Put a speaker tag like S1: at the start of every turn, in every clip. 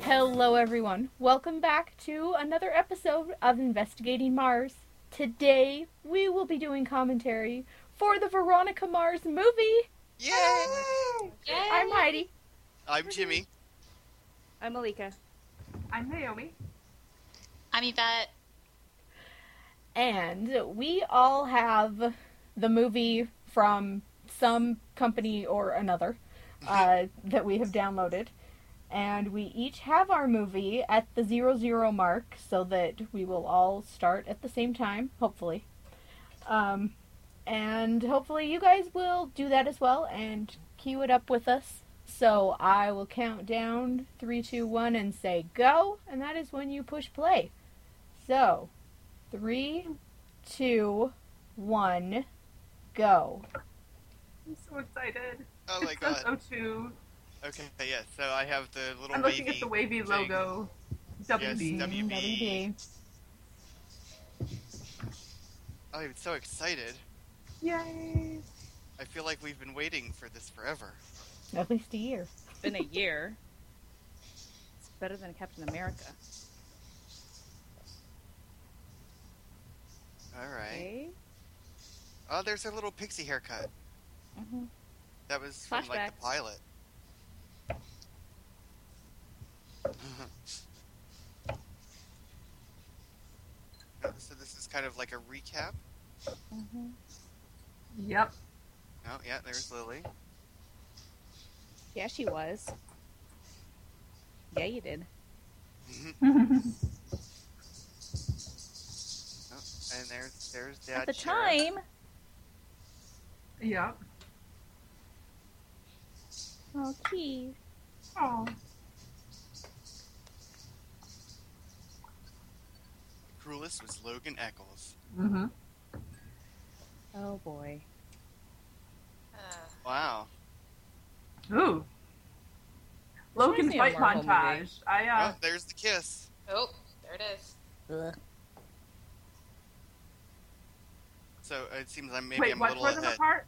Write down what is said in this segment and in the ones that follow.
S1: Hello, everyone. Welcome back to another episode of Investigating Mars. Today, we will be doing commentary for the Veronica Mars movie.
S2: Yay!
S1: I'm Heidi.
S2: Oh, I'm Jimmy.
S3: I'm Malika.
S4: I'm Naomi.
S5: I'm Yvette.
S1: And we all have the movie from some company or another uh, that we have downloaded. And we each have our movie at the zero zero mark so that we will all start at the same time, hopefully. Um, and hopefully, you guys will do that as well and queue it up with us. So I will count down three, two, one, and say go. And that is when you push play. So three, two, one, go.
S4: I'm so excited.
S2: Oh my
S4: It's
S2: god.
S4: 02.
S2: Okay, yeah, so I have the little
S4: I'm
S2: wavy.
S4: looking at the wavy
S2: thing.
S4: logo. WB.
S2: Yes, WB.
S1: WB.
S2: Oh, I'm so excited.
S4: Yay!
S2: I feel like we've been waiting for this forever.
S1: At least a year.
S3: It's been a year. It's better than Captain America.
S2: Alright.
S3: Okay.
S2: Oh, there's her little pixie haircut.
S3: hmm
S2: That was from, like, the
S5: Flashbacks.
S2: pilot. Oh, so this is kind of like a recap.
S3: hmm
S4: Yep.
S2: Oh, yeah, there's Lily.
S3: Yeah, she was. Yeah, you did.
S4: That's
S2: Oh, and there's there's Dad
S3: At the
S2: Sheriff.
S3: time.
S4: yep.
S3: Oh, key.
S4: Oh.
S2: Cruelest was Logan Eccles.
S4: Mm-hmm.
S3: Oh boy.
S5: Uh,
S2: Wow.
S4: Ooh. Logan's
S3: me of
S4: fight
S3: Marvel
S4: montage.
S3: movie.
S4: I uh,
S2: Oh, there's the kiss.
S5: oh, there it is.
S2: So it seems I'm maybe
S4: wait.
S2: I'm a
S4: What
S2: little
S4: tore them
S2: ahead.
S4: apart?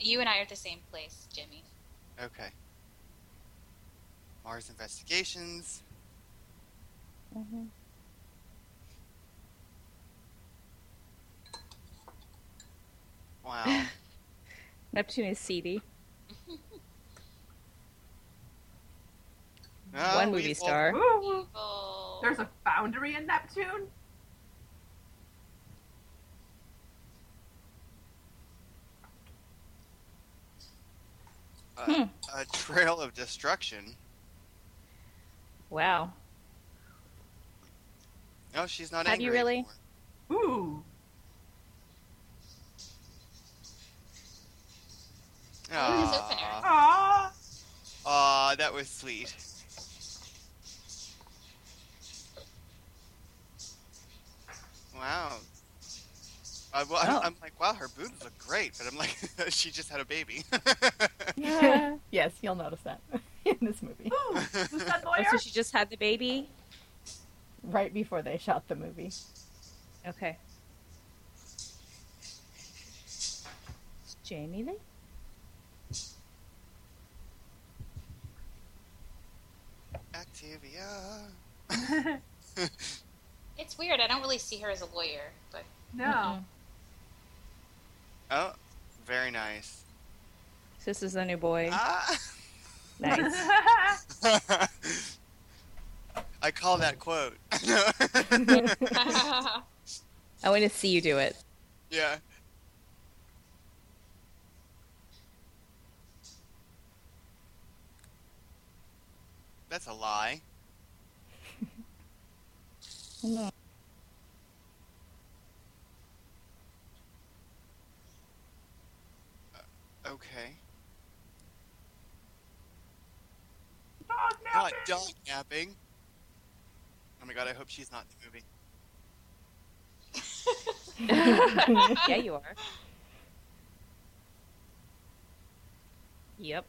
S5: You and I are at the same place, Jimmy.
S2: Okay. Mars investigations.
S3: hmm
S2: Wow.
S3: Neptune is seedy.
S2: Oh,
S3: One movie
S2: we've all-
S3: star.
S4: Ooh.
S5: Evil.
S4: There's a foundry in Neptune.
S3: Hmm.
S2: Uh, a trail of destruction.
S3: Wow.
S2: No, she's not
S3: Have
S2: angry
S3: you really?
S2: anymore.
S4: Ooh.
S5: Oh, this
S2: Aw.
S5: opener.
S2: Aw,
S4: Aww.
S2: Uh, that was sweet. Wow. I, well, I'm-
S3: Oh.
S2: I'm like, wow, her boobs look great, but I'm like, she just had a baby.
S3: Yeah.
S1: yes, you'll notice that in this movie.
S4: Ooh. Was that
S3: Oh,
S4: lawyer?
S3: so she just had the baby.
S1: Right before they shot the movie.
S3: Okay. Jamie Lee.
S2: Activia.
S5: It's weird. I don't really see her as a lawyer, but
S4: no.
S2: Oh, very nice.
S3: So This is the new boy.
S2: Ah.
S3: Nice.
S2: I call that quote.
S3: I want to see you do it.
S2: yeah. That's a lie. Okay.
S4: Dog
S2: Not
S4: napping.
S2: dog napping. Oh my god, I hope she's not in the movie.
S3: yeah, you are. Yep.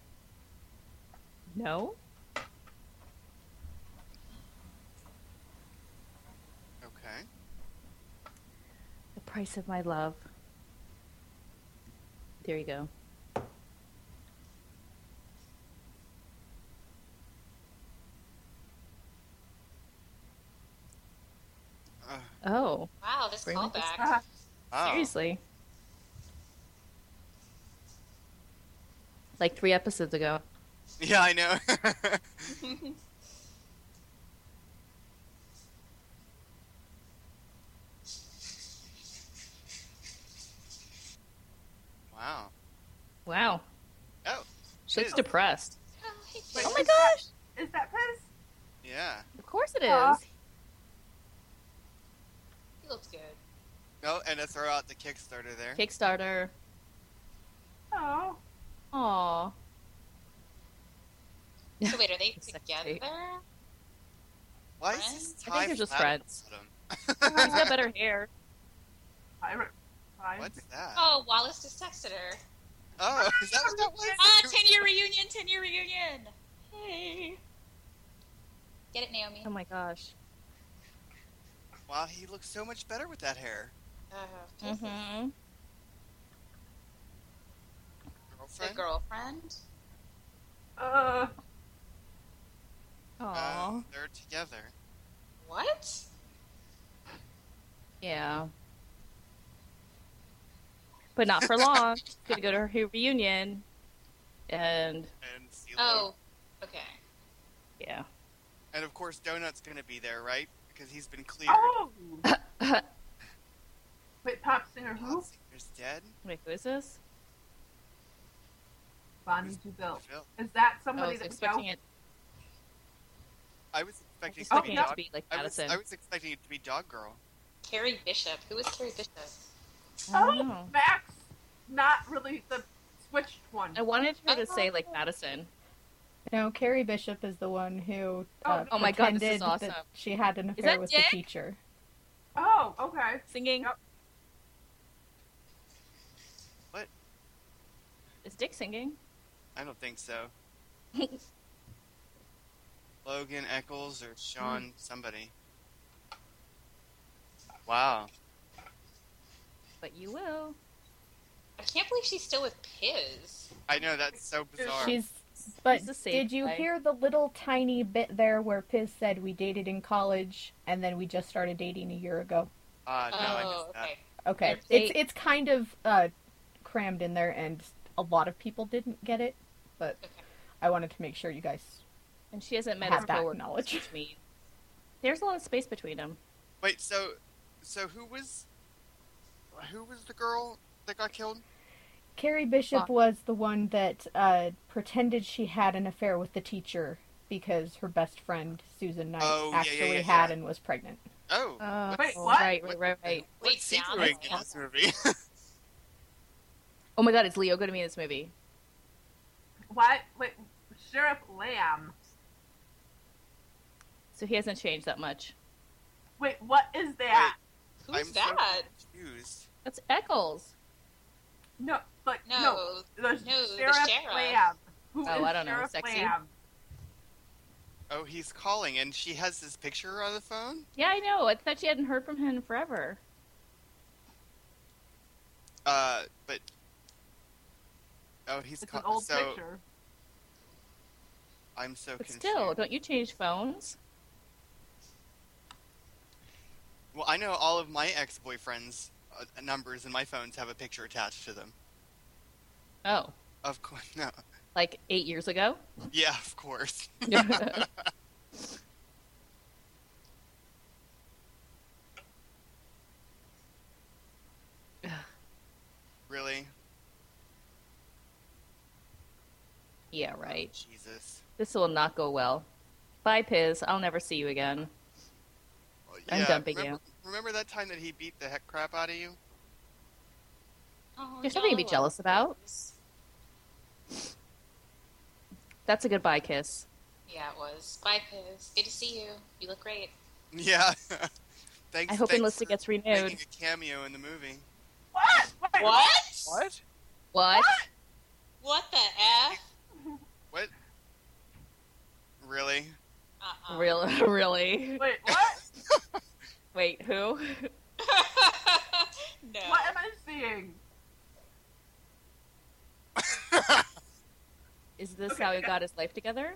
S3: No?
S2: Okay.
S3: The price of my love. There you go.
S2: Uh,
S3: Oh,
S5: Wow, this
S3: Really?
S5: callback.
S4: Uh,
S2: wow.
S3: seriously? Like three episodes ago.
S2: Yeah, I know. wow.
S3: Wow.
S2: Oh,
S3: She looks
S2: Ew.
S3: depressed.
S5: Oh, hey,
S4: Wait,
S5: Jill.
S4: my
S3: gosh!
S4: is that Piz?
S2: yeah.
S3: Of course it is.
S4: Aw.
S5: He looks good.
S2: Oh, and to throw out the Kickstarter there.
S3: Kickstarter.
S4: Oh.
S3: Aw.
S5: So wait, are they
S3: It's
S5: together?
S3: sexy.
S2: Why is his
S5: Friends?
S3: I think
S2: tie
S3: they're just
S2: flat
S3: friends.
S2: on the
S3: He's got
S2: bottom?
S3: better hair.
S4: I re- I-
S2: What's that? Oh,
S5: Oh, Wallace just texted her.
S2: is that what that was?
S5: Ah, ten year reunion, ten year reunion. Hey. Get it, Naomi.
S3: Oh my gosh.
S2: Wow, he looks so much better with that hair.
S5: Uh, kisses.
S3: Mm-hmm.
S5: The
S2: Girlfriend?
S5: girlfriend.
S4: Uh,
S2: Uh,
S3: Aw.
S2: they're together.
S5: What?
S3: Yeah. But not for long. She's gonna go to her reunion. And
S2: And CeeLo.
S5: Oh, okay.
S3: yeah.
S2: And of course, Donut's gonna be there, right? Because he's been cleared.
S4: oh! Wait, pop singer who?
S2: Singer's dead.
S3: Wait, who is this?
S4: Bonnie DuBell.
S2: Phil.
S4: Is that
S3: I
S4: somebody
S3: was
S4: that we
S3: Oh, expecting
S4: know?
S3: it.
S2: I was
S3: I was
S2: expecting, it
S4: Oh,
S3: expecting it
S2: to
S3: to
S2: be
S3: be like
S2: dog. I was,
S3: Madison.
S2: I was expecting it to be Dog Girl.
S5: Carrie Bishop. Who is Carrie Bishop?
S3: I don't
S4: Oh,
S3: know.
S4: Max. Not really the switched one.
S3: I wanted her to say
S4: Oh.
S3: like Madison.
S1: No, Carrie Bishop is the one who. Uh,
S4: Oh,
S3: my God, this
S1: pretended
S3: is awesome.
S1: that She had an affair
S3: that
S1: with
S3: Dick?
S1: the teacher.
S4: Oh, okay.
S3: Singing.
S4: Yep.
S2: What?
S3: Is Dick singing?
S2: I don't think so. Logan Eccles or Sean somebody. Wow.
S3: But you will.
S5: I can't believe she's still with Piz.
S2: I know that's so bizarre.
S1: She's. But
S3: He's a safe
S1: did you
S3: guy.
S1: hear the little tiny bit there where Piz said we dated in college and then we just started dating a year ago?
S2: Ah, no, I
S5: oh,
S2: missed that.
S5: okay.
S1: Okay,
S3: If they-
S1: it's it's kind of uh, crammed in there, and a lot of people didn't get it, but
S5: Okay.
S1: I wanted to make sure you guys.
S3: And she hasn't met
S1: Have
S3: his
S1: that
S3: coworkers,
S1: knowledge.
S3: which means there's a lot of space between them.
S2: Wait, so, so who was, who was the girl that got killed?
S1: Carrie Bishop
S3: Fuck.
S1: was the one that uh, pretended she had an affair with the teacher because her best friend Susan Knight
S2: Oh, yeah, yeah,
S1: actually
S2: yeah,
S1: had
S2: yeah.
S1: and was pregnant.
S2: Oh,
S4: Wait,
S3: oh,
S4: what?
S3: Right, right, right, right.
S2: what's he
S5: Wait,
S2: doing
S5: Donna?
S2: in this movie?
S3: Oh my god, it's Leo going to be in this movie.
S4: What? Wait, Sheriff Lamb.
S3: So he hasn't changed that much.
S4: Wait, what is that?
S5: Who's
S2: I'm so
S5: that?
S2: confused.
S3: That's Eccles.
S4: No, like
S5: No.
S4: no, the
S5: the
S4: Sheriff
S5: sheriff.
S4: Lamb. Who
S3: Oh,
S4: is
S3: I don't know,
S4: Sheriff
S3: sexy?
S4: Lamb?
S2: Oh, he's calling, and she has his picture on the phone.
S3: Yeah, I know. I thought you hadn't heard from him in forever.
S2: Uh, but oh, he's
S4: It's
S2: ca-
S4: an old
S2: so
S4: picture.
S2: I'm so
S3: But
S2: confused.
S3: still, don't you change phones?
S2: Well, I know all of my ex-boyfriends' uh, numbers and my phones have a picture attached to them.
S3: Oh,
S2: Of course, no.
S3: like eight years ago?
S2: Yeah, of course. Really?
S3: yeah, right.
S2: Jesus.
S3: This will not go well. Bye, Piz. I'll never see you again.
S2: Well,
S3: I'm
S2: yeah,
S3: dumping
S2: remember, you. Remember that time that he beat the heck crap out of you?
S5: Oh,
S3: There's nothing to be
S5: no.
S3: jealous about. That's a goodbye kiss.
S5: Yeah, it was. Bye, Piz. Good to see you. You look great.
S2: Yeah. thanks.
S3: I hope
S2: thanks
S3: Enlisted
S2: for
S3: gets renewed.
S2: making a cameo in the movie.
S4: What? Wait,
S2: What?
S3: What?
S5: What the f?
S2: What? Really?
S5: Uh-uh.
S3: Real, really?
S4: Wait, what?
S3: Wait, who?
S5: no.
S4: What am I seeing?
S3: Is this
S4: Okay,
S3: how he
S4: yeah.
S3: got his life together?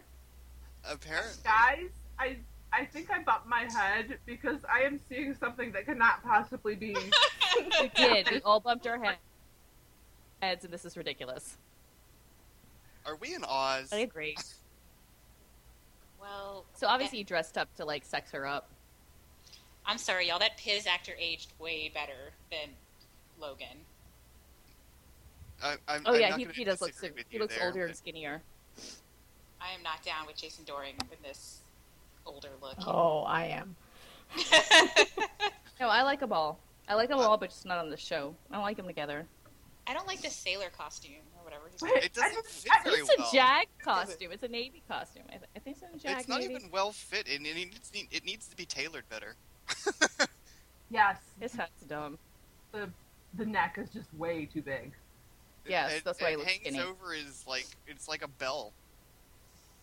S2: Apparently.
S4: Guys, I I think I'm bump my head because I am seeing something that cannot possibly be.
S3: We did. We all bumped our head- heads, and this is ridiculous.
S2: Are we in Oz?
S3: I agree.
S5: Well,
S3: So obviously you dressed up to like sex her up.
S5: I'm sorry, y'all. That Piz actor aged way better than Logan.
S2: I, I'm,
S3: Oh
S2: I'm
S3: yeah,
S2: not
S3: he,
S2: gonna
S3: he does look
S2: disagree
S3: sick-
S2: with
S3: he
S2: you
S3: looks
S2: there,
S3: older and
S2: but-
S3: skinnier.
S5: I am not down with Jason Doring in this older look.
S1: Oh, I am.
S3: Oh. No, I like them all. I like them all, but just not on the show. I don't like them together.
S5: I don't like the sailor costume or whatever. He's
S4: Wait,
S2: It doesn't
S4: I just-
S2: fit
S4: I-
S2: very
S3: It's a
S2: well.
S3: jag costume. It's a navy costume. I, th- I think it's a jag
S2: It's not
S3: navy.
S2: even well fit, and it needs it needs to be tailored better.
S4: yes,
S3: His hat's dumb.
S4: the the neck is just way too big.
S3: Yes,
S2: it,
S3: that's why
S2: it
S3: he looks
S2: hangs
S3: skinny.
S2: over is like it's like a bell.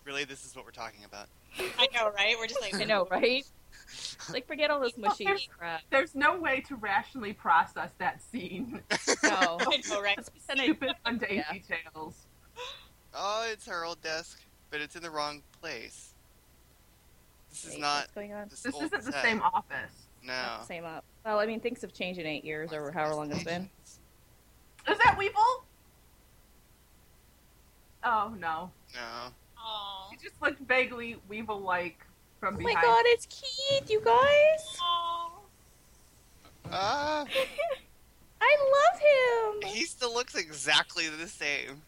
S2: Really, this is what we're talking about.
S5: I know, right? We're just like
S3: I know, right? Like, forget all this mushy
S4: There's-
S3: crap.
S4: There's no way to rationally process that scene.
S3: No.
S5: I know, right?
S4: Stupid mundane
S3: Yeah.
S4: details.
S2: Oh, it's her old desk, but it's in the wrong place. This is
S3: Wait,
S2: not
S3: What's going on?
S2: this,
S4: This
S2: old
S4: isn't the
S2: set.
S4: same office.
S2: No.
S3: Same up. Well, I mean, things have changed in eight years or however long it's been.
S4: Is that Weevil? Oh no,
S2: No.
S5: Aw.
S4: he just looked vaguely Weevil-like from
S3: Oh my
S4: behind.
S3: god, it's Keith, you guys!
S5: Aw.
S2: Ah,
S3: I love him!
S2: he still looks exactly the same.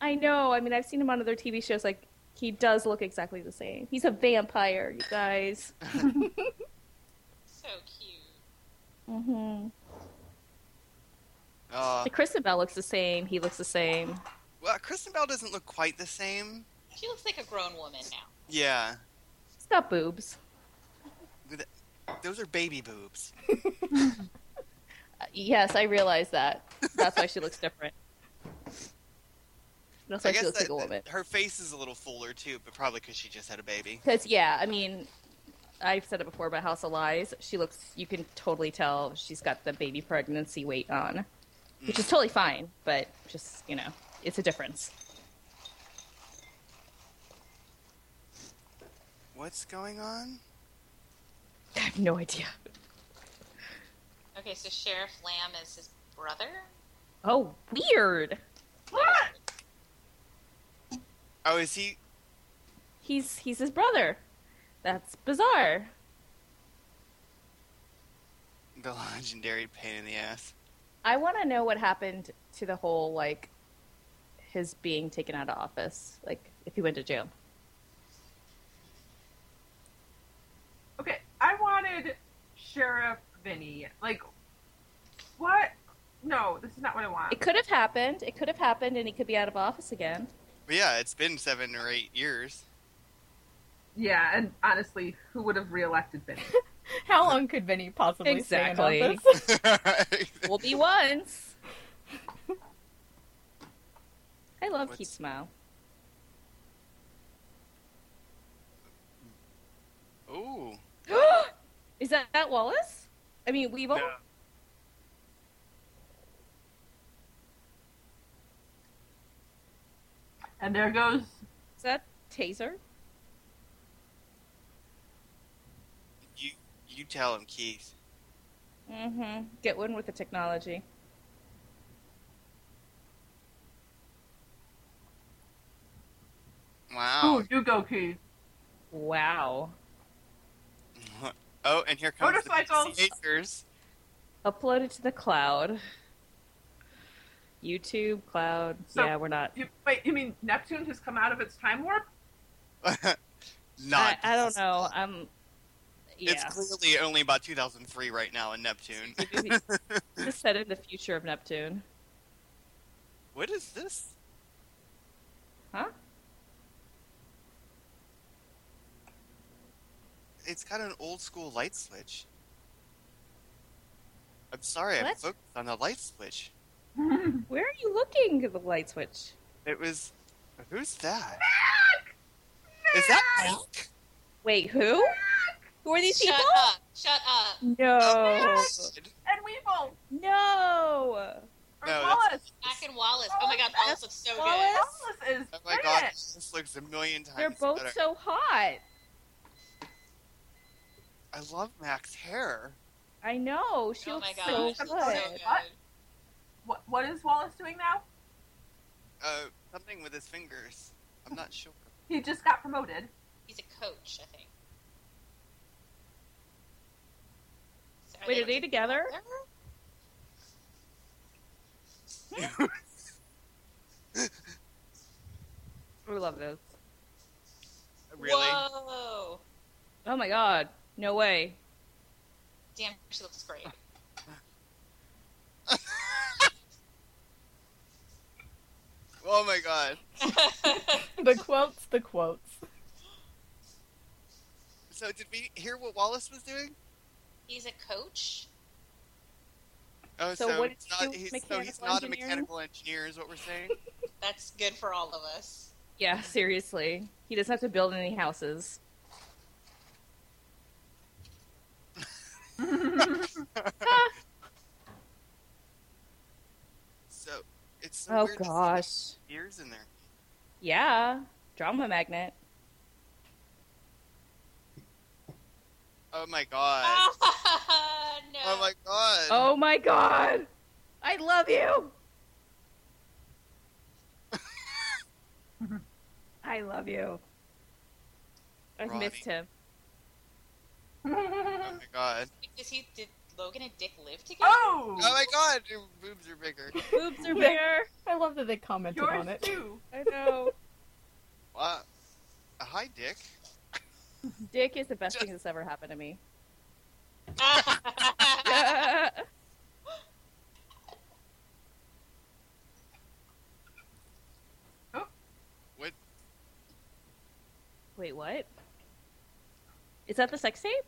S3: I know. I mean, I've seen him on other TV shows. Like, he does look exactly the same. He's a vampire, you guys.
S5: So cute.
S3: Mm-hmm.
S2: Uh,
S3: Like, Christabel looks the same. He looks the same.
S2: well, Kristen Bell doesn't look quite the same.
S5: She looks like a grown woman now.
S2: Yeah,
S3: He's got boobs.
S2: those are baby boobs.
S3: Uh, yes, I realize that. That's why she looks different. That's why she looks like a woman.
S2: her face is a little fuller too, but probably because she just had a baby.
S3: Because yeah, I mean, I've said it before about House of Lies. She looks. You can totally tell she's got the baby pregnancy weight on, which is totally fine. But just you know, it's a difference.
S2: What's going on?
S3: I have no idea.
S5: Okay, so Sheriff Lamb is his brother.
S3: Oh, weird.
S4: What?
S2: Oh, is he?
S3: He's he's his brother. That's bizarre.
S2: The legendary pain in the ass.
S3: I want to know what happened to the whole like his being taken out of office, like if he went to jail.
S4: Okay, I wanted Sheriff Vinny. Like, what? No, this is not what I want.
S3: It could have happened. It could have happened, and he could be out of office again.
S2: But yeah, it's been seven or eight years.
S4: Yeah, and honestly, who would have reelected Vinny?
S1: How long could Vinny possibly
S3: Exactly.
S1: stay in office?
S3: Will be once. I love
S2: What's-
S3: Keith Smile.
S2: Ooh.
S3: Is that, that Wallace? I mean, Weevil?
S2: No.
S4: And there goes.
S3: Is that Taser?
S2: You you tell him, Keith.
S3: Mm-hmm. Get one with the technology.
S2: Wow.
S4: Oh, you go, Keith.
S3: Wow.
S2: oh, and here comes
S4: Motorcycles.
S2: the Pacers.
S3: Upload it to the cloud. YouTube, cloud.
S4: So-
S3: yeah, we're not.
S4: You, wait, you mean Neptune has come out of its time warp?
S2: Not.
S3: I, I don't know. I'm. Yeah.
S2: It's clearly only about 2003 right now in Neptune.
S3: This is set in the future of Neptune.
S2: What is this?
S3: Huh?
S2: It's got an old school light switch. I'm sorry, I
S3: What?
S2: focused on the light switch.
S3: Where are you looking at the light switch?
S2: It was. Who's that? Is that Mac?
S3: Wait, who? Who are these
S5: Shut
S3: people?
S5: up! Shut up!
S3: No.
S4: And Weevil!
S3: No.
S4: Or
S2: No, that's-
S4: Wallace!
S5: Mac and Wallace. Oh my God, Wallace looks so
S3: Wallace?
S5: good.
S4: Wallace is.
S2: Oh my
S4: in
S2: god,
S4: it.
S2: this looks a million times
S3: They're both
S2: better.
S3: so hot.
S2: I love Mac's hair.
S3: I know. She
S5: oh
S3: looks
S5: my gosh,
S3: so
S5: it's so
S3: good.
S5: good.
S4: What, what is Wallace doing now?
S2: Uh, something with his fingers. I'm not sure.
S4: He just got promoted.
S5: He's a coach, I think. So
S3: Wait, are they together? We love those.
S2: Really?
S5: Whoa!
S3: Oh my god. No way.
S5: Damn, she looks great.
S2: Oh my god.
S1: The quotes, the quotes.
S2: So did we hear what Wallace was doing?
S5: He's a coach.
S2: Oh,
S3: So
S2: so,
S3: what
S2: it's
S3: is
S2: not,
S3: he,
S2: he's, so he's
S3: mechanical
S2: not a
S3: engineering?
S2: mechanical engineer, is what we're saying.
S5: That's good for all of us.
S3: Yeah, seriously. He doesn't have to build any houses.
S4: Oh!
S2: so it's so
S3: Oh
S2: weird to see
S3: gosh.
S2: ears in there.
S3: Yeah. Drama magnet.
S2: Oh my god.
S5: Ah, no.
S2: Oh my god.
S3: Oh my god. I love you. I love you. I've
S2: Ronnie.
S3: missed him.
S2: Oh my god.
S5: Wait, Does he? Did Logan and Dick live together?
S4: oh!
S2: Oh my god. Your boobs are bigger.
S3: Boobs are
S1: Yeah.
S3: bigger.
S1: I love that they commented on
S4: Yours
S1: it.
S4: too.
S3: I know.
S2: Wow. Uh, Hi, Dick.
S3: Dick is the best thing that's ever happened to me. Oh! Wait, what? Is that the sex tape?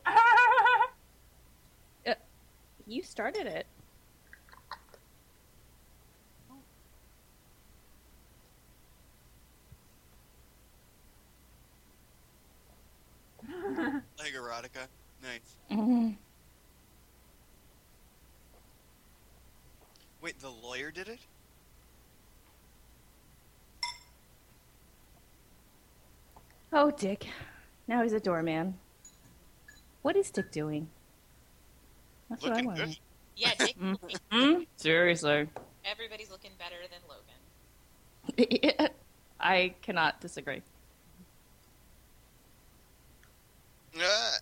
S3: You started it.
S2: Leg erotica. Nice.
S3: Mm-hmm.
S2: Wait, the lawyer did it?
S3: Oh, Dick. Now he's a doorman. What is Dick doing? That's
S2: Looking
S3: what I
S2: good.
S3: want.
S5: yeah, Dick.
S3: Mm, seriously.
S5: Everybody's looking better than Logan.
S3: I cannot disagree.
S2: Ah.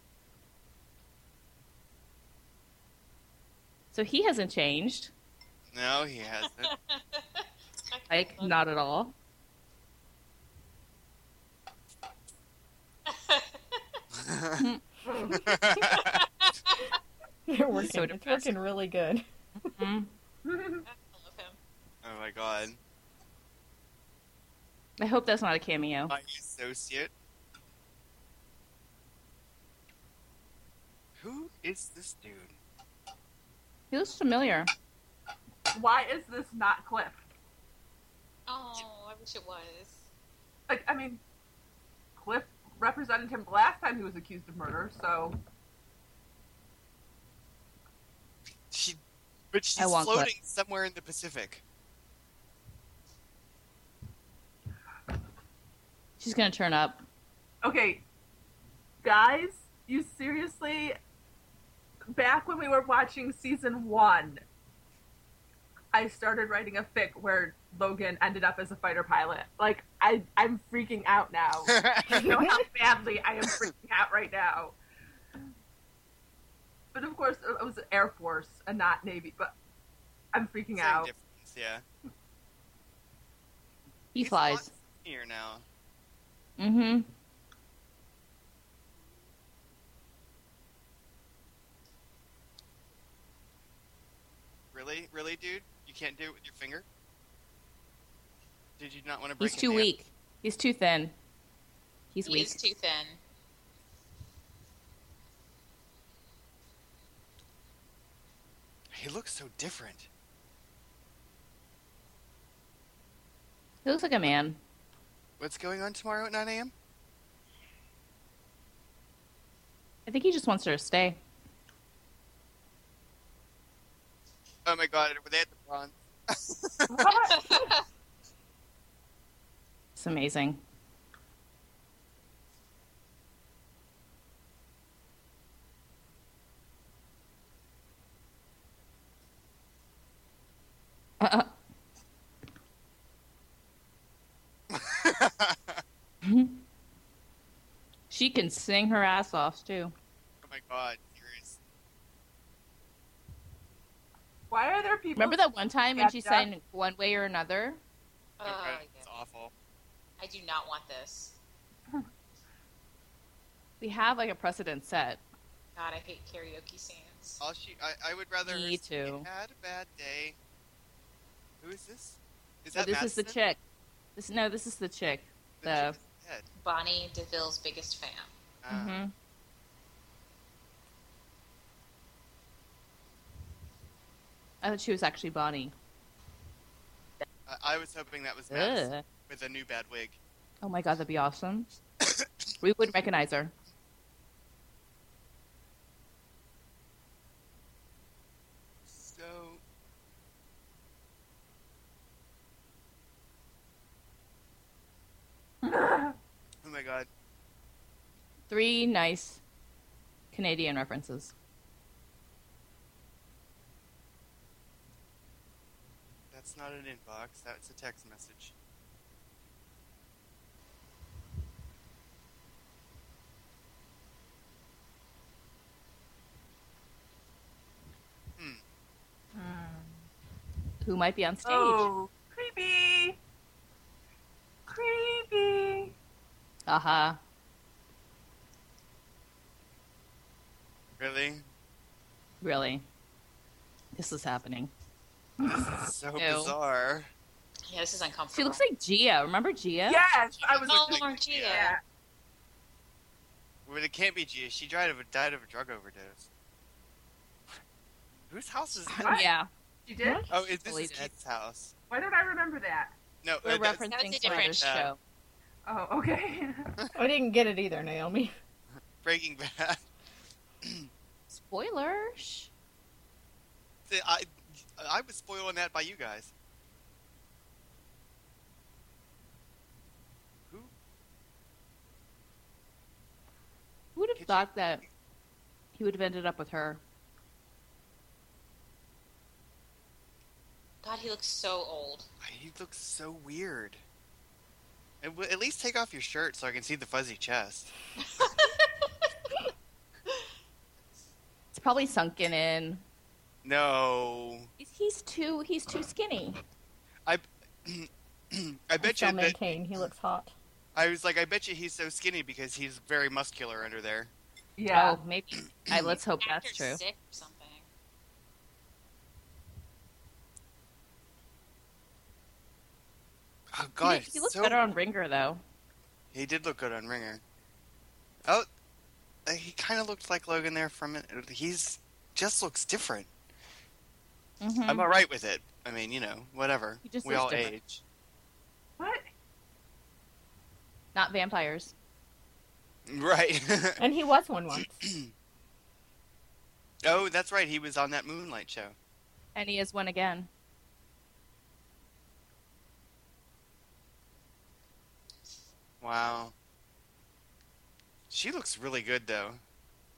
S3: So he hasn't changed.
S2: No, he hasn't.
S3: Like,
S5: Uh-huh.
S3: not at all.
S2: Oh
S1: They're working.
S3: So
S1: it's
S3: depressing.
S1: working really good.
S5: I love him.
S2: oh my god.
S3: I hope that's not a cameo.
S2: My associate. Who is this dude?
S3: He looks familiar.
S4: Why is this not Cliff?
S5: Oh, I wish it was.
S4: Like, I mean, Cliff represented him the last time he was accused of murder, so.
S2: She, but she's
S3: I want
S2: floating somewhere in the Pacific.
S3: She's gonna turn up.
S4: Okay, guys, you seriously? Back when we were watching season one, I started writing a fic where Logan ended up as a fighter pilot. Like, I I'm freaking out now. you know how badly I am freaking out right now. But of course, it was Air Force and not Navy. But I'm freaking
S2: Same
S4: out.
S2: difference, yeah.
S3: He
S2: He's
S3: flies.
S2: not Here now.
S3: Mm-hmm.
S2: Really, really, dude? You can't do it with your finger? Did you not want to break?
S3: He's
S2: a
S3: too
S2: nail?
S3: weak. He's too thin. He's
S5: he
S3: weak.
S5: is too thin.
S2: He looks so different.
S3: He looks like a man.
S2: What's going on tomorrow at 9 a.m.?
S3: I think he just wants her to stay.
S2: Oh my god, were they at the bronze?
S4: What?
S3: It's amazing. She can sing her ass off too.
S2: Oh my god, serious.
S4: Why are there people?
S3: Remember that one time when she
S4: Yeah, yeah.
S3: sang one way or another?
S5: Oh,
S2: Okay,
S5: yeah.
S2: It's awful.
S5: I do not want this.
S3: We have like a precedent set.
S5: God, I hate karaoke scenes.
S2: All she, I, I would rather.
S3: Me
S2: say,
S3: too.
S2: Had a bad day. Who is this? Is
S3: So
S2: that
S3: this is the
S2: Madison?
S3: chick. This no, this is the chick.
S2: The
S3: The
S2: chick is dead.
S5: Bonnie DeVille's biggest fan.
S2: Uh,
S3: hmm
S5: Um,
S3: I thought she was actually Bonnie.
S2: I- I was hoping that was Madison
S3: Ugh.
S2: with a new bad wig.
S3: Oh my god, that'd be awesome. we would recognize her.
S2: So. oh my god.
S3: Three nice Canadian references.
S2: That's not an inbox. That's a text message.
S3: Who might be on stage?
S4: Hmm. Oh, creepy, creepy.
S3: Uh-huh.
S2: Really?
S3: Really? This is happening.
S2: So
S3: Ew.
S2: bizarre.
S5: Yeah, this is
S3: She
S5: uncomfortable.
S3: looks like Gia. Remember Gia?
S4: Yes, I was.
S5: Oh,
S4: like,
S5: Gia.
S4: yeah.
S2: But it can't be Gia. She died of a, died of a drug overdose. Whose house is that?
S3: yeah.
S4: You did?
S2: Oh, is this is
S3: Deleted.
S2: Keith's house?
S4: Why don't I remember that?
S2: No, uh,
S3: We're
S2: that's-
S5: That was
S3: referencing
S5: a
S3: some other
S5: different
S3: show.
S4: Oh, okay.
S1: I didn't get it either, Naomi.
S2: Breaking Bad.
S3: Spoilers.
S2: I, I was spoiling that by you guys. Who?
S3: Who would
S2: Did
S3: have
S2: you-
S3: thought that he would have ended up with her?
S5: God, he looks so old.
S2: He looks so weird. And w- at least take off your shirt so I can see the fuzzy chest.
S3: It's probably sunken in.
S2: No,
S3: He's- He's too he's too skinny.
S2: I
S1: I
S2: bet
S1: still
S2: you. That,
S1: maintain he looks hot.
S2: I was like, I bet you he's so skinny because he's very muscular under there.
S4: Yeah.
S3: Oh, maybe. I, let's hope Oh, that's
S5: Actor
S3: true.
S5: Sick or something.
S2: Oh God,
S3: he, look- he looks
S2: so-
S3: better on Ringer though.
S2: He did look good on Ringer. Oh, uh, he kind of looked like Logan there from it. He's just looks different.
S3: Mhm.
S2: I'm all right with it. I mean, you know, whatever.
S3: He just
S2: we
S3: looks
S2: all
S3: different.
S2: age.
S4: What?
S3: Not vampires.
S2: Right.
S1: And he was one once.
S2: oh, that's right. He was on that Moonlight show.
S3: And he is one again.
S2: Wow. She looks really good, though.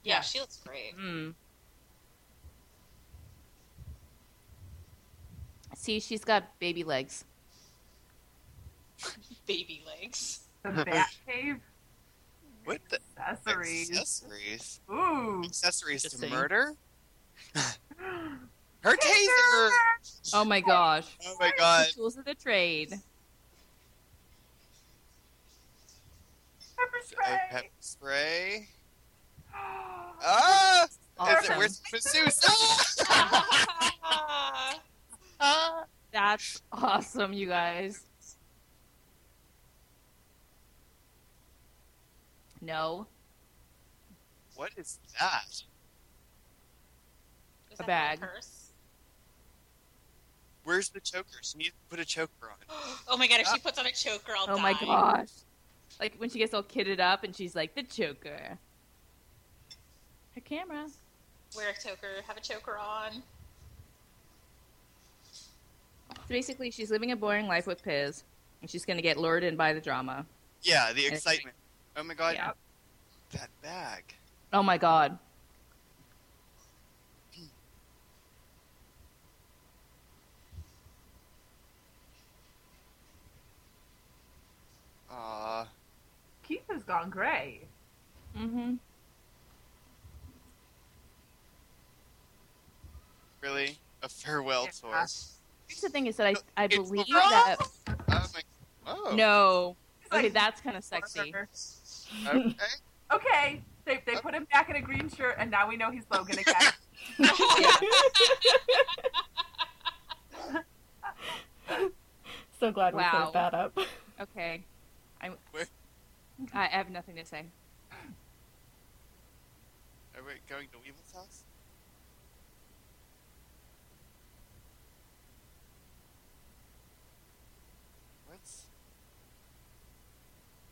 S5: Yeah,
S4: Yeah.
S5: she looks great.
S3: Mm. See, she's got baby legs.
S5: Baby legs.
S4: The Batcave
S2: What the?
S4: accessories.
S2: Accessories.
S4: Ooh.
S2: Accessories to
S3: Interesting.
S2: murder? Her taser!
S3: Oh my gosh.
S2: Oh my god.
S3: The tools of the trade.
S4: Pepper
S2: Oh,
S4: spray.
S2: pepper spray. Ah! Is it,
S3: Awesome.
S2: where's masseuse? Ah!
S3: That's awesome, you guys. No,
S2: What is that?
S5: Was that
S3: bag.
S5: her purse?
S2: Where's the choker? She needs to put a choker on.
S5: Oh my god, if she puts on a choker, I'll
S3: oh
S5: die.
S3: my gosh. Like when she gets all kitted up and she's like, the choker. Her camera.
S5: Wear a choker, have a choker on.
S3: So basically, she's living a boring life with Piz, and she's going to get lured in by the drama.
S2: Yeah, the
S3: It's-
S2: excitement. Oh my god.
S3: Yeah.
S2: That bag.
S3: Oh my god.
S2: Aw.
S4: Keith has gone gray.
S1: Mm-hmm.
S2: Really? A farewell
S4: Yeah.
S2: tour.
S3: Here's the thing is that I, I
S2: It's
S3: believe
S2: wrong.
S3: that.
S2: I was like, oh.
S3: No.
S4: He's
S3: Okay,
S4: like,
S3: that's kind of sexy.
S2: Okay.
S4: Okay, they, they put him back in a green shirt, and now we know he's Logan again.
S1: So glad we
S3: Wow.
S1: cleared that up.
S3: Okay. I,
S2: Where-
S3: I have nothing to say.
S2: Are we going to Weevil's house? What's.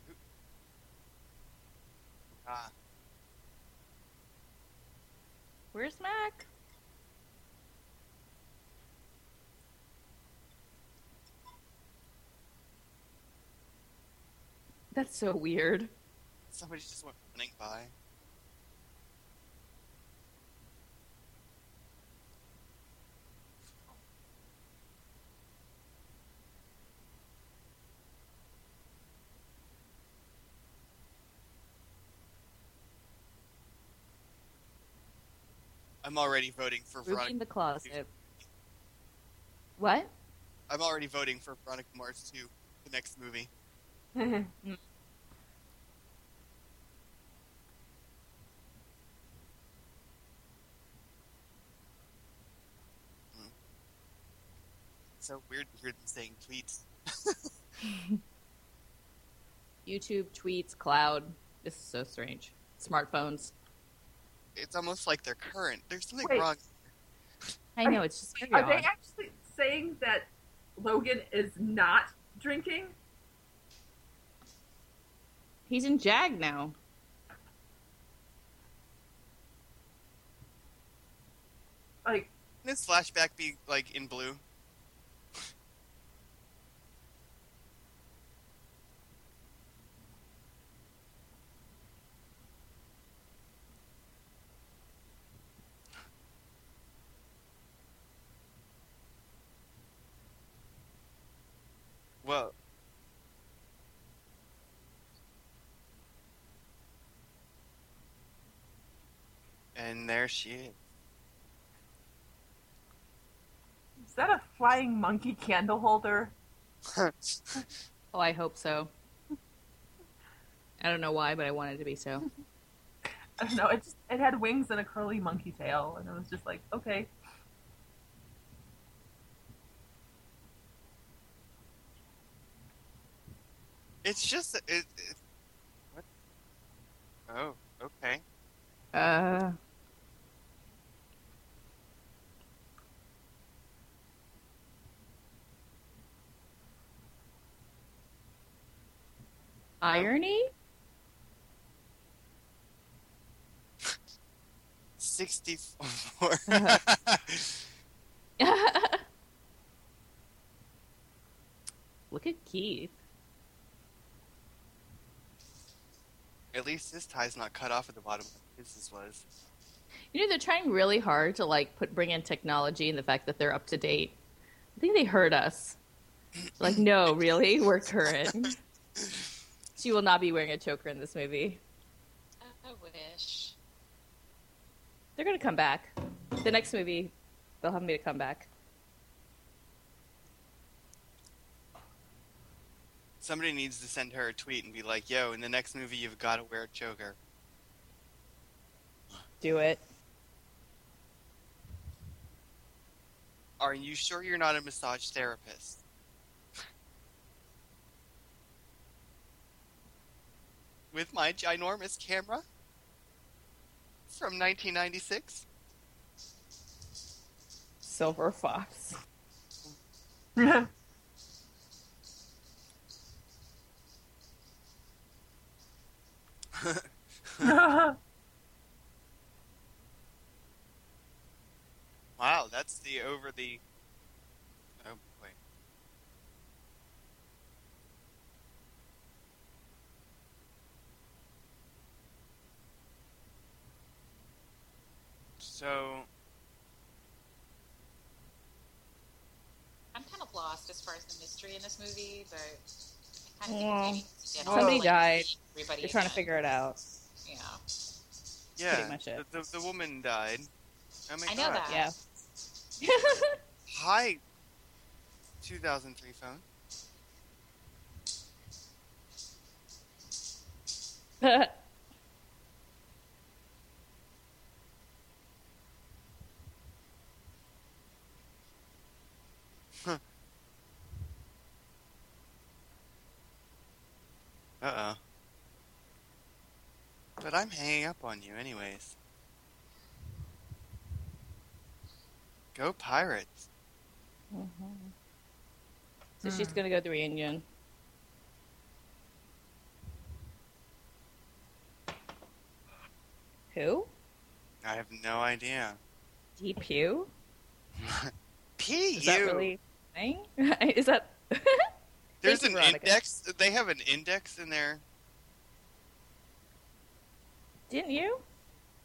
S2: Who- Ah,
S3: Where's Mac? That's so weird.
S2: somebody just went running by. I'm already voting for
S3: Ruby in
S2: Veronica.
S3: the closet. What?
S2: I'm already voting for Veronica Mars 2, the next movie. so weird to hear them saying tweets.
S3: YouTube, tweets, cloud. This is so strange. Smartphones.
S2: It's almost like they're current. There's something
S4: Wait.
S2: wrong.
S3: I know it's just very
S4: Are they
S3: odd.
S4: actually saying that Logan is not drinking?
S3: He's in Jag now.
S4: Like,
S2: Can this flashback be like in blue? Well, and there she is.
S4: is that a flying monkey candle holder?
S3: Oh, I hope so. I don't know why, but I want it to be so.
S4: I don't know. It just it had wings and a curly monkey tail, and it was just like, okay,
S2: It's just it, it. What? Oh, okay.
S3: Uh, irony?
S2: Sixty-four.
S3: Look at Keith.
S2: At least this tie's not cut off at the bottom. This is was.
S3: You know, they're trying really hard to like put bring in technology and the fact that they're up to date. I think they heard us. Like, no, really, we're current. she will not be wearing a choker in this movie.
S5: I wish.
S3: They're gonna come back. The next movie, they'll have me to come back.
S2: Somebody needs to send her a tweet and be like, "Yo, in the next movie, you've got to wear a choker."
S3: Do it.
S2: Are you sure you're not a massage therapist? With my ginormous camera from 1996.
S3: Silver Fox.
S4: yeah.
S2: Wow, that's the over the. Oh boy. So
S5: I'm kind of lost as far as the mystery in this movie, but I kind of think maybe
S3: Well, somebody died.
S5: Everybody
S3: They're trying to
S5: again.
S3: figure it out.
S5: Yeah.
S2: Yeah,
S3: pretty much it.
S2: The, the, the woman died. Oh my
S5: I know
S2: God.
S5: that.
S3: Yeah.
S2: Hi, 2003 phone. Uh oh. But I'm hanging up on you, anyways. Go Pirates.
S3: Mhm. So she's gonna go to the reunion. Who?
S2: I have no idea.
S3: DPU?
S2: P
S3: Is that
S2: you.
S3: really a thing? Is that
S2: There's
S3: Thank
S2: an
S3: you, Veronica.
S2: index. They have an index in there.
S3: didn't you?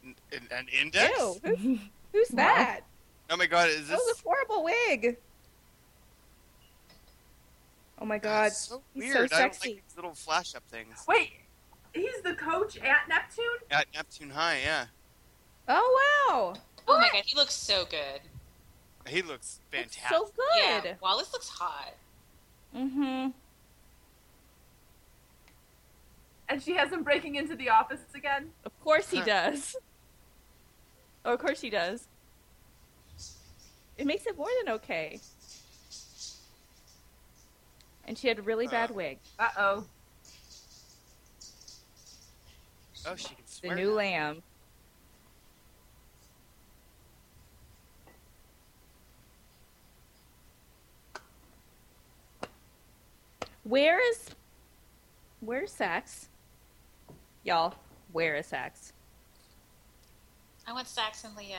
S2: An, an index?
S3: Ew, who's, who's that?
S2: Oh my god, is
S3: That was
S2: this
S3: a horrible wig. Oh my god.
S2: That's so
S3: he's
S2: weird?
S3: so
S2: I don't
S3: sexy.
S2: like these little flash up things.
S4: Wait, he's the coach at Neptune?
S2: At Neptune High, yeah.
S3: Oh wow.
S5: Oh my god, he looks so good.
S2: He looks
S3: That's
S2: fantastic.
S3: so good.
S5: Yeah, Wallace looks hot.
S3: Mm-hmm.
S4: And she has him breaking into the office again?
S3: Of course he
S2: Huh.
S3: does. Oh, of course he does. It makes it more than okay. And she had a really bad
S2: Uh,
S3: wig.
S4: Uh oh.
S2: oh, she can
S3: The
S2: swear.
S3: new
S2: now.
S3: lamb. Where is where's Sax? Y'all, where is Sax?
S5: I want Sax and Leo.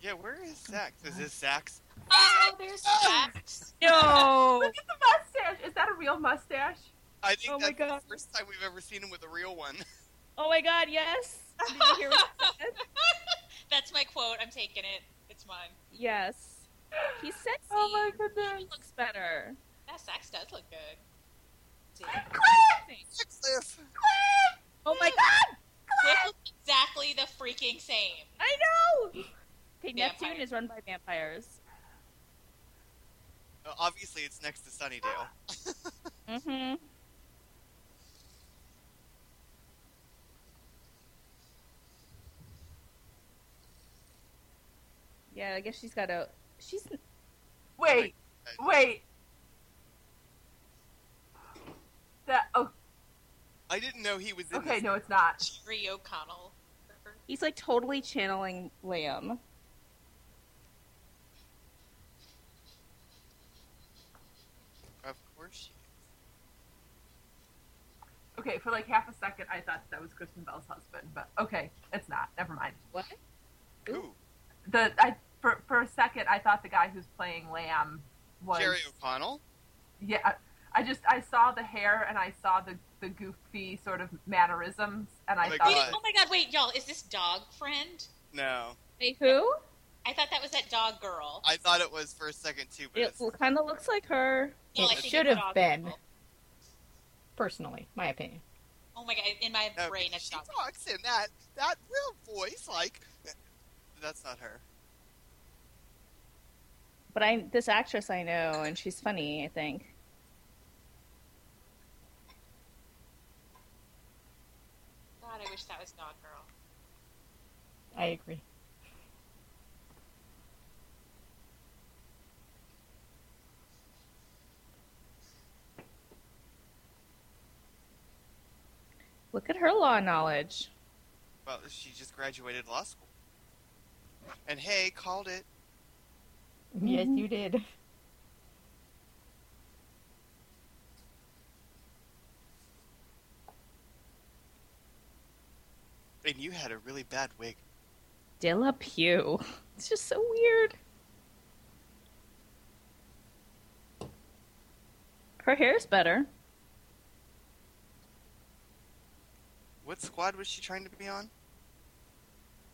S2: Yeah, where is
S3: Oh
S2: Sax? Is this Sax?
S5: Oh, there's Sax.
S3: No.
S4: Look at the mustache! Is that a real mustache?
S2: I think
S3: Oh my
S2: that's the
S3: God.
S2: first time we've ever seen him with a real one.
S3: oh my god, yes. Did you hear what he said?
S5: That's my quote. I'm taking it. It's mine.
S3: Yes. He's sexy.
S4: Oh my
S3: He
S4: goodness.
S3: looks better.
S5: That Sax does look good. Dude,
S2: Cliff!
S3: Oh my god!
S5: they look exactly the freaking same.
S3: I know. Okay, Neptune
S5: Vampires.
S3: is run by vampires.
S2: Uh, Obviously, it's next to Sunnydale.
S3: Mm-hmm. Yeah, I guess she's got a. She's
S4: Wait, wait. That, oh,
S2: I didn't know he was in
S4: okay,
S2: this.
S4: no, it's not.
S5: Jerry O'Connell.
S3: he's like totally channeling Liam.
S2: Of course she
S4: Okay, for like half a second, I thought that was Kristen Bell's husband, but okay, it's not. Never mind.
S3: What?
S2: Ooh,
S3: Ooh.
S4: The I, for for a second, I thought the guy who's playing Lamb was
S2: Jerry O'Connell?
S4: yeah. I just I saw the hair and I saw the the goofy sort of mannerisms, and I
S2: Oh my
S4: thought
S5: Wait,
S2: God.
S5: oh my god, wait, y'all, is this dog friend?
S2: No.
S3: Hey, who?
S5: I thought that was that dog girl.
S2: I thought it was for a second, too, but
S3: It
S2: it's
S3: kind of looks like her.
S5: Y'all, I
S1: It
S5: think
S1: should
S5: it's
S1: have
S5: dog
S1: been.
S5: girl.
S1: Personally, my opinion.
S5: Oh my god, in my
S2: no,
S5: brain,
S2: because
S5: it's
S2: she
S5: dog.
S2: talks in that, that real voice, like, that's not her.
S3: But I this actress I know, and she's funny. I think.
S5: God, I wish that was dog girl.
S1: I agree.
S3: Look at her law knowledge.
S2: Well, she just graduated law school. And hey, called it.
S1: Yes, you did.
S2: And you had a really bad wig.
S3: Dilla Pew. It's just so weird. Her hair's better.
S2: What squad was she trying to be on?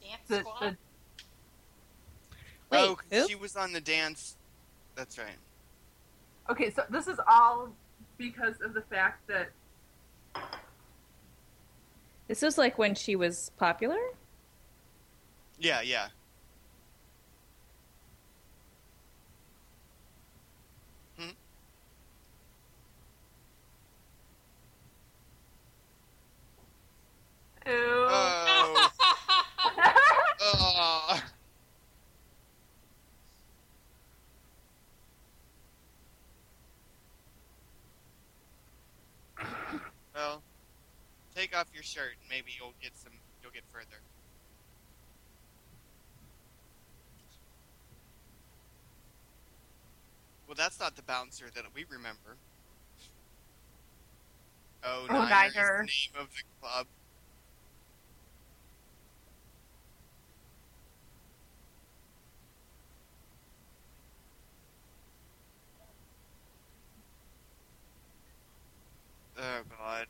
S5: Dance
S4: the,
S5: squad?
S4: the
S3: Wait,
S2: oh, 'cause
S3: who?
S2: she was on the dance. That's right.
S4: okay, so this is all because of the fact that
S3: This was like when she was popular.
S2: Yeah, yeah. Hmm?
S4: Ew.
S2: Oh. oh. Well, take off your shirt and maybe you'll get some you'll get further. Well, that's not the bouncer that we remember. Oh,
S4: Oh,
S2: Niger is the
S4: Niger.
S2: name of the club. Oh God.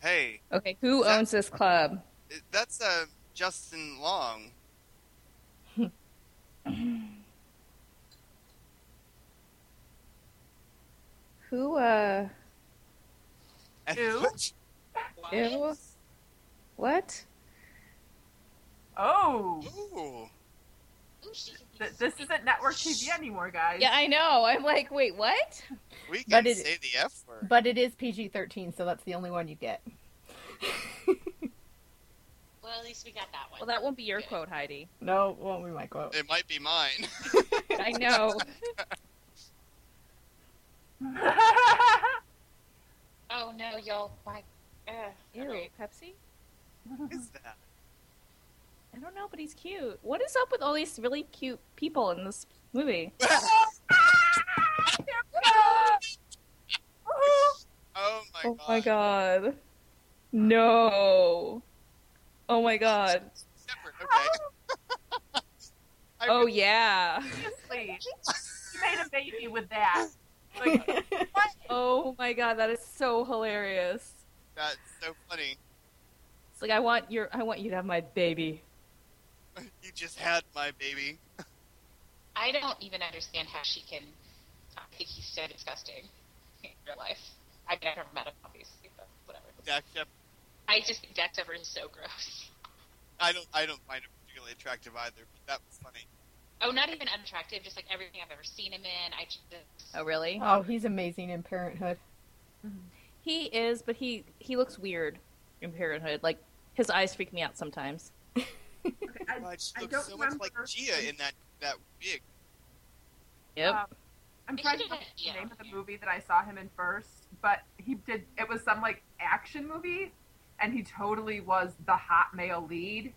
S2: Hey,
S3: Okay, who
S2: That-
S3: owns this club?
S2: i- that's uh, Justin Long.
S3: Who uh
S2: And
S4: Who?
S2: what-
S5: What?
S3: ew? What?
S4: Oh.
S2: Ooh.
S5: Ooh, she could be
S4: Th- this isn't network TV anymore, guys.
S3: Yeah, I know. I'm like, wait, what?
S2: We
S1: But
S2: can
S1: it-
S2: say the F word.
S1: But it is PG 13, so that's the only one you get.
S5: Well, at least we got that one.
S3: Well, that won't be your
S5: Good.
S3: quote, Heidi.
S1: No, won't be my quote.
S2: It might be mine.
S3: I know.
S5: Oh no, y'all! My, uh,
S3: Ew, Pepsi?
S2: What is that?
S3: I don't know, but he's cute. What is up with all these really cute people in this movie?
S2: oh my
S3: oh
S2: God.
S3: my god. No. Oh my god.
S2: Separate. Okay. I
S3: Oh
S2: really-
S3: yeah.
S4: Seriously. You made a baby with that. Like, what?
S3: Oh my god, that is so hilarious.
S2: That's so funny.
S3: It's like I want your I want you to have my baby.
S2: You just had my baby.
S5: I don't even understand how she can. I think he's so disgusting in real life. I mean, I've never met him, obviously, but whatever.
S2: Dak Shep.
S5: I just think Dax Ever is so gross.
S2: I don't. I don't find him particularly attractive either. But that was funny.
S5: Oh, not even unattractive. Just like everything I've ever seen him in. I just
S3: Oh really?
S1: Oh, he's amazing in Parenthood.
S3: He is, but he he looks weird in Parenthood. Like his eyes freak me out sometimes.
S4: I,
S2: God, she
S4: I
S2: looks
S4: don't
S2: so much
S4: remember-
S2: like Gia in that that wig.
S3: Yep.
S4: um, I'm
S5: They
S4: trying to
S5: should've
S4: remember
S5: had
S4: the
S5: Ian
S4: name
S5: on
S4: of the
S5: here.
S4: movie that I saw him in first, but he did. It was some like action movie, and he totally was the hot male lead.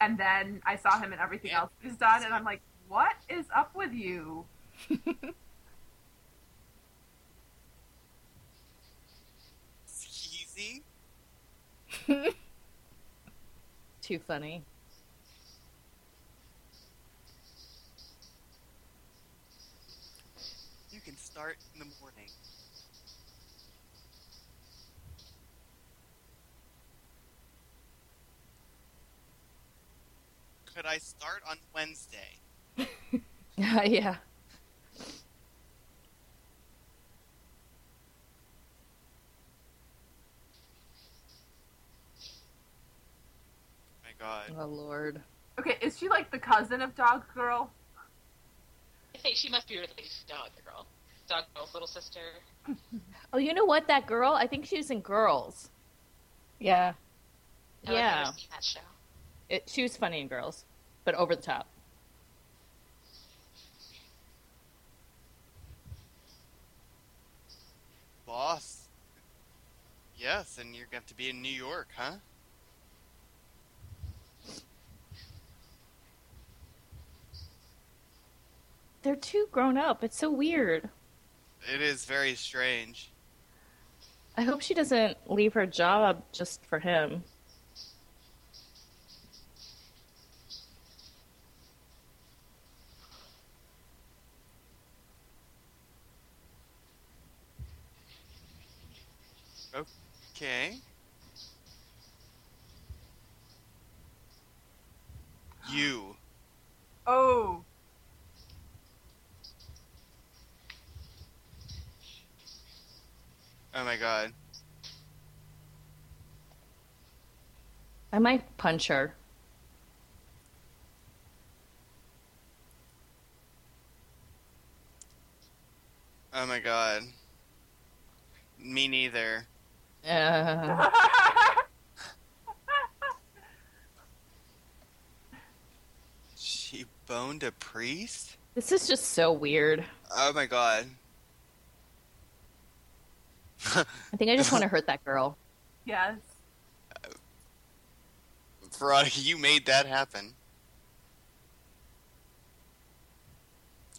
S4: And then I saw him in everything
S2: Yeah.
S4: else he's done, and I'm like, what is up with you?
S2: Skeezy.
S3: Too funny.
S2: You can start in the morning. Could I start on Wednesday?
S3: yeah.
S2: my God.
S3: Oh Lord.
S4: Okay, is she like the cousin of Dog Girl?
S5: I think she must be related to Dog Girl. Dog Girl's little sister.
S3: Oh, you know what? That girl. I think she was in Girls.
S1: Yeah.
S5: No,
S3: Yeah.
S5: I've never seen that show.
S3: It, she was funny in Girls, but over the top.
S2: Boss. Yes, and you're going to have to be in New York, huh?
S3: They're too grown up. It's so weird.
S2: It is very strange.
S3: I hope she doesn't leave her job just for him.
S2: Okay. You.
S4: Oh,
S2: Oh my god.
S3: I might punch her.
S2: Oh my god. Me neither.
S3: Uh,
S2: She boned a priest?
S3: this is just so weird.
S2: Oh my god.
S3: I think I just want to hurt that girl.
S4: yes.
S2: Veronica, you made that happen.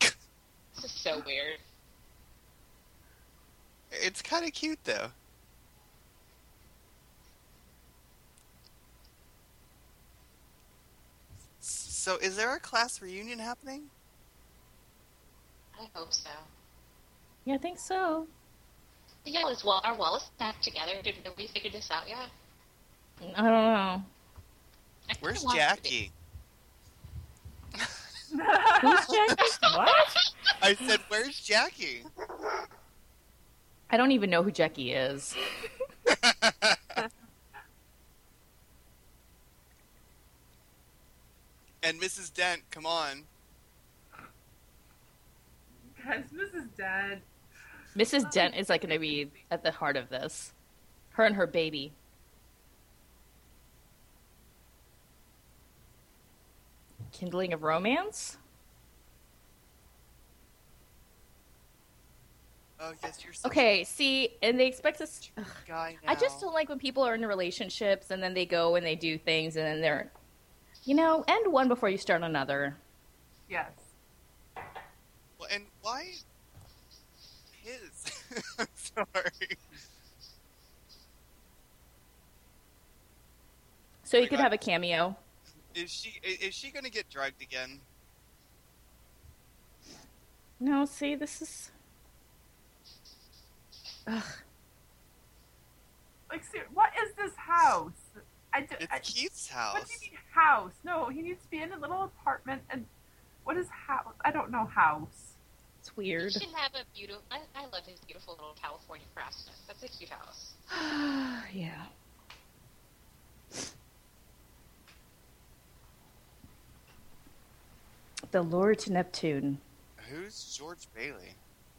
S5: This is so weird.
S2: It's kind of cute though. So, is there a class reunion happening?
S5: I hope so.
S3: Yeah, I think so.
S5: Yeah, is Wall- our Wallace back together? Did not we figure this out yet?
S3: I don't
S5: I
S3: know.
S5: kinda
S2: Where's
S5: want it to be.
S2: Jackie?
S3: Who's Jackie? What?
S2: I said, "Where's Jackie?"
S3: I don't even know who Jackie is.
S2: and Mrs. Dent, come on.
S4: Guys, Mrs. Dent.
S3: Mrs. Dent is like going to be at the heart of this. Her and her baby. Kindling of romance?
S2: Oh yes, you're such
S3: Okay, see, and they expect us.
S2: a guy now.
S3: I just don't like when people are in relationships and then they go and they do things and then they're, you know, end one before you start another.
S4: Yes.
S2: Well, And why? His. I'm sorry.
S3: So you could have a cameo.
S2: Is she i- is she gonna get drugged again?
S3: No, see, this is. Ugh.
S4: Like, ser- what is this house? I do,
S2: It's
S4: I,
S2: Keith's
S4: What
S2: house.
S4: do you mean house? No, he needs to be in a little apartment. And what is house? I don't know house.
S3: It's weird.
S5: He should have a beautiful. I, I love his beautiful little California craftsman. That's a cute house.
S3: yeah. The lure to Neptune.
S2: Who's George Bailey?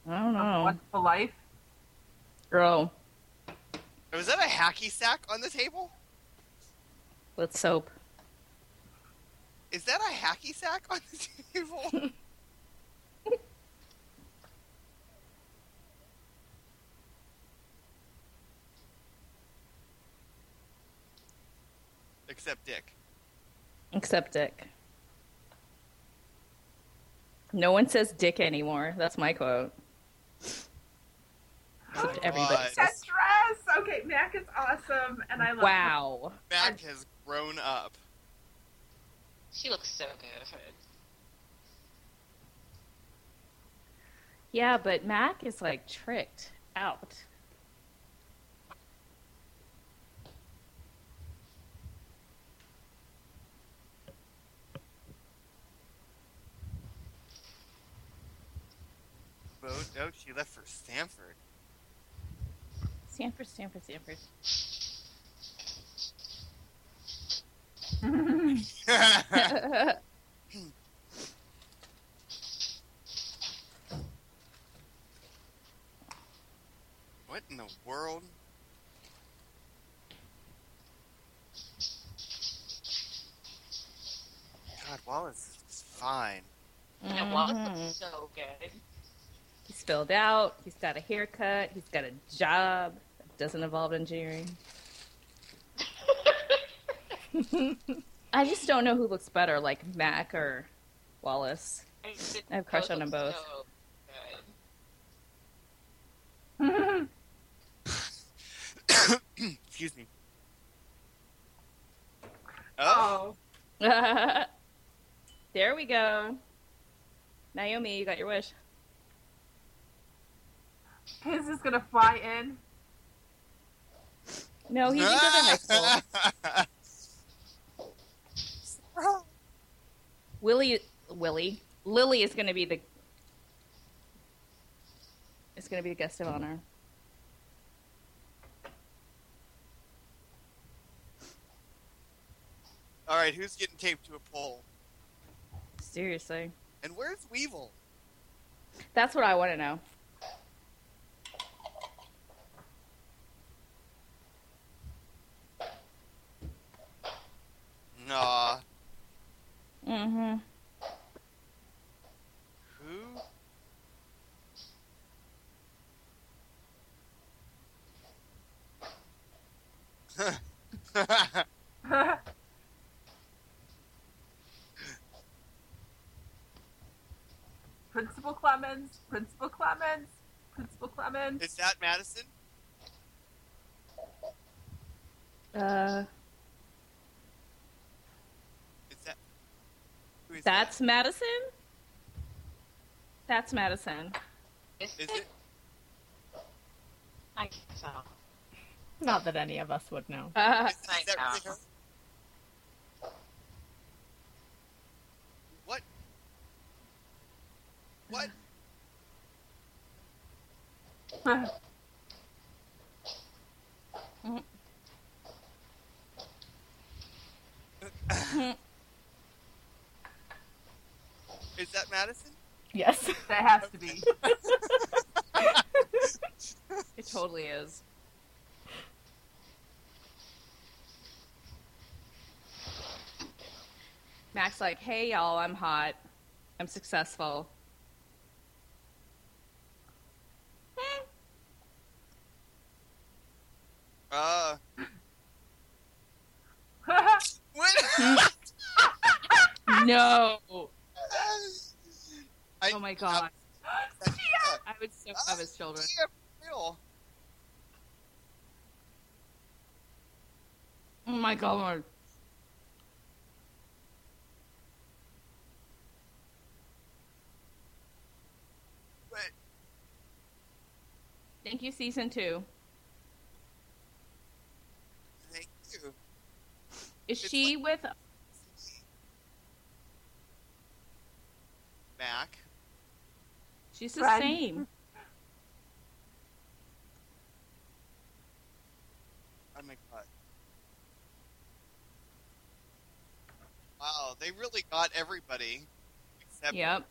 S3: I don't
S4: A
S3: know.
S4: Wonderful life.
S3: Oh, Girl,
S2: Oh, is that a hacky sack on the table?
S3: let's hope.
S2: Is that a hacky sack on the table? Except Dick.
S3: Except Dick. No one says Dick anymore. That's my quote. Except everybody.
S2: God.
S4: That dress. Okay, Mac is awesome, and I love.
S3: Wow.
S2: Mac has grown up.
S5: She looks so good.
S3: Yeah, but Mac is like tricked out.
S2: Bo, oh, she left for Stanford.
S3: Sanford, Sanford, Sanford.
S2: what in the world? God, Wallace is fine.
S5: And Wallace
S3: Mm-hmm.
S5: looks so good.
S3: He's filled out. He's got a haircut. He's got a job that doesn't involve engineering. I just don't know who looks better, like Mac or Wallace.
S5: I just-
S3: I have a crush on them
S5: look
S3: both.
S5: so good.
S2: Oh. Excuse me. Oh,
S4: oh,
S3: there we go. Naomi, you got your wish.
S4: his is gonna fly in.
S3: No, he's in the high school. Willie, Willie, Lily is going to be the. It's going to be the guest of honor.
S2: All right, who's getting taped to a pole?
S3: Seriously.
S2: And where's Weevil?
S3: That's what I want to know.
S2: Nah.
S3: Mm-hmm.
S2: Who?
S4: Principal Clemens, Principal Clemens, Principal Clemens.
S2: Is that Madison?
S3: Uh,
S2: Is that? Who is
S3: that's Madison? That's Madison.
S5: Is
S2: that? Is it?
S5: I can't tell.
S1: Not that any of us would know.
S3: Uh,
S2: Is, is that really her? What? What? Is that Madison?
S1: Yes.
S4: that has to be.
S3: it totally is. Mac's like, hey, y'all, I'm hot. I'm successful. Hmm.
S2: Uh. What?
S3: no.
S2: I-
S3: oh my god.
S2: That's
S3: I would so love his children.
S2: yeah, for real.
S3: Oh my god.
S2: But
S3: Thank you, season two.
S2: thank you.
S3: Is
S2: It's
S3: she with
S2: Mac.
S3: she's the
S4: Friend.
S3: same.
S2: Oh my god. Wow, they really got everybody. Except
S3: Yep.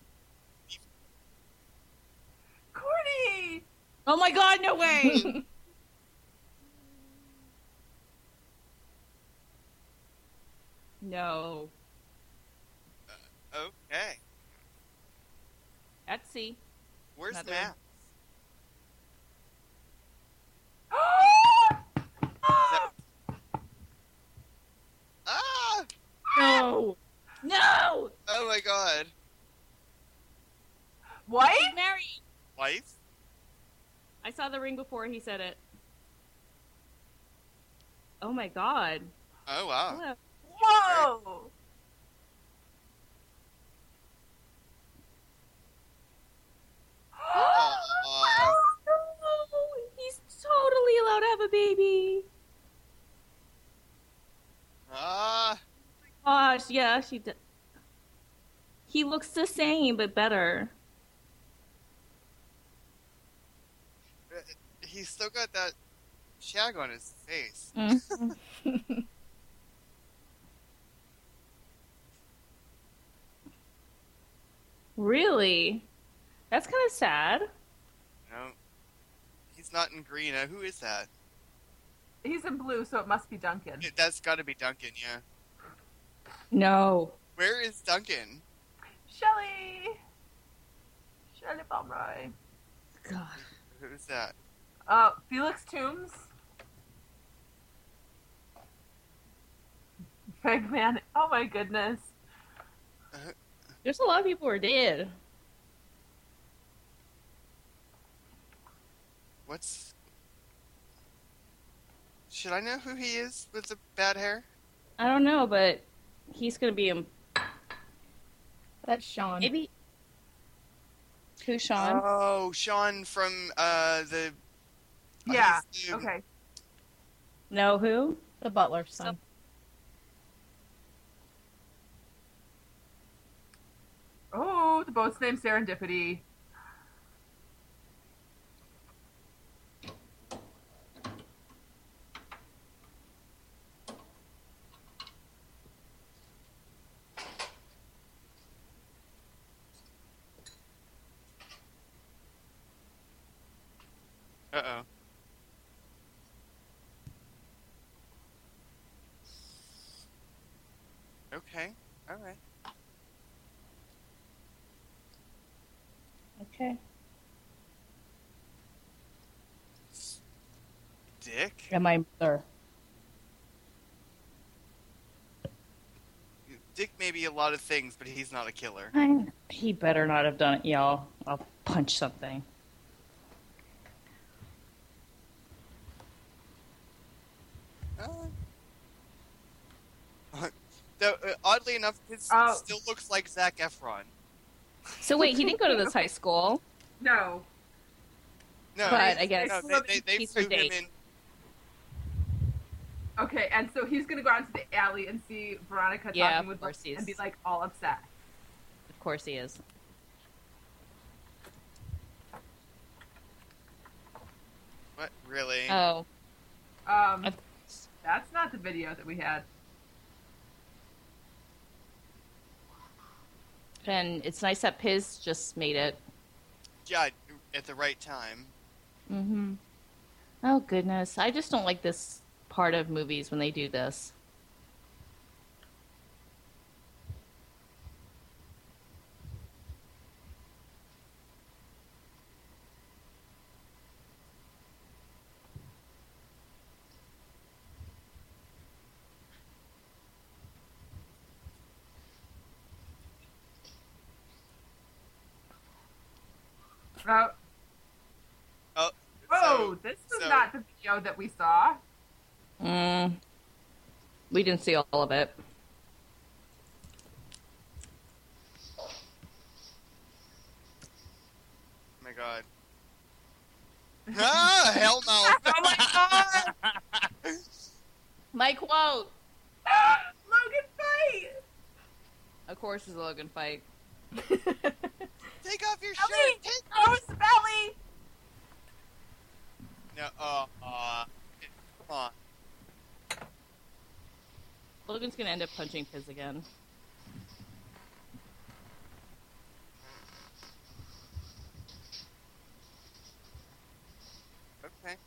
S4: Courtney!
S3: Oh my god, no way. no.
S2: Okay.
S3: Etsy.
S2: Where's
S3: Another-
S2: Mac? Ah!
S3: No. No.
S2: Oh my god.
S4: what?
S3: He's married.
S2: Wife?
S3: I saw the ring before he said it. Oh my god.
S2: Oh wow.
S3: Hello.
S4: Whoa!
S2: Aw.
S3: Oh, he's totally allowed to have a baby.
S2: Ah.
S3: Gosh, yeah, she did. He looks the same, but better.
S2: He's still got that shag on his face.
S3: really? That's kind of sad.
S2: No. He's not in green. Uh, who is that?
S4: He's in blue, so it must be Duncan.
S2: Yeah, That's gotta be Duncan, yeah.
S3: No.
S2: Where is Duncan?
S4: Shelly! Shelly Pomeroy.
S3: God.
S2: Who's that?
S4: Uh, Felix Toombs. Big man. Oh my goodness.
S3: There's a lot of people who are dead.
S2: What's. Should I know who he is with the bad hair?
S3: I don't know, but he's going to be in.
S1: That's Sean.
S3: Maybe. Who's Sean?
S2: Oh, Sean from uh, the.
S4: Yeah,
S2: he's the-
S4: Okay.
S3: no, who?
S1: The butler's son.
S4: Oh, the boat's named Serendipity.
S2: Uh oh. Okay. All right.
S3: Okay.
S2: Dick.
S6: and my mother.
S2: Dick may be a lot of things, but he's not a killer.
S6: I- He better not have done it, y'all. I'll punch something.
S2: Uh, though, uh, oddly enough, his
S4: Oh.
S2: still looks like Zach Efron.
S3: So wait, he didn't go to this high school.
S4: No.
S2: No,
S3: But
S2: he-
S3: I guess-
S2: no, they, they, they
S3: He's her
S2: flew him
S3: date.
S2: in.
S4: Okay, and so he's gonna go out to the alley and see Veronica
S3: Yeah,
S4: talking
S3: of
S4: with
S3: course
S4: Logan and
S3: he's-
S4: be like all upset.
S3: Of course he is.
S2: What really?
S3: Oh,
S4: Um,
S3: Of-
S4: that's not the video that we had.
S3: and it's nice that Piz just made it.
S2: yeah, at the right time.
S3: Mm-hmm. Oh goodness, I just don't like this part of movies when they do this.
S4: Uh,
S2: Oh,
S4: oh, this was
S2: so-
S4: not the video that we saw.
S3: Mm. We didn't see all of it.
S2: Oh my god. ah, hell no.
S4: Oh my god!
S3: My quote,
S4: Ah, Logan fight!
S3: of course, is a Logan fight.
S2: Take off your
S4: Ellie!
S2: shirt. Take...
S4: Oh, Smelly!
S2: No, uh, oh, aw. come on.
S3: Logan's gonna end up punching Piz again.
S2: Okay.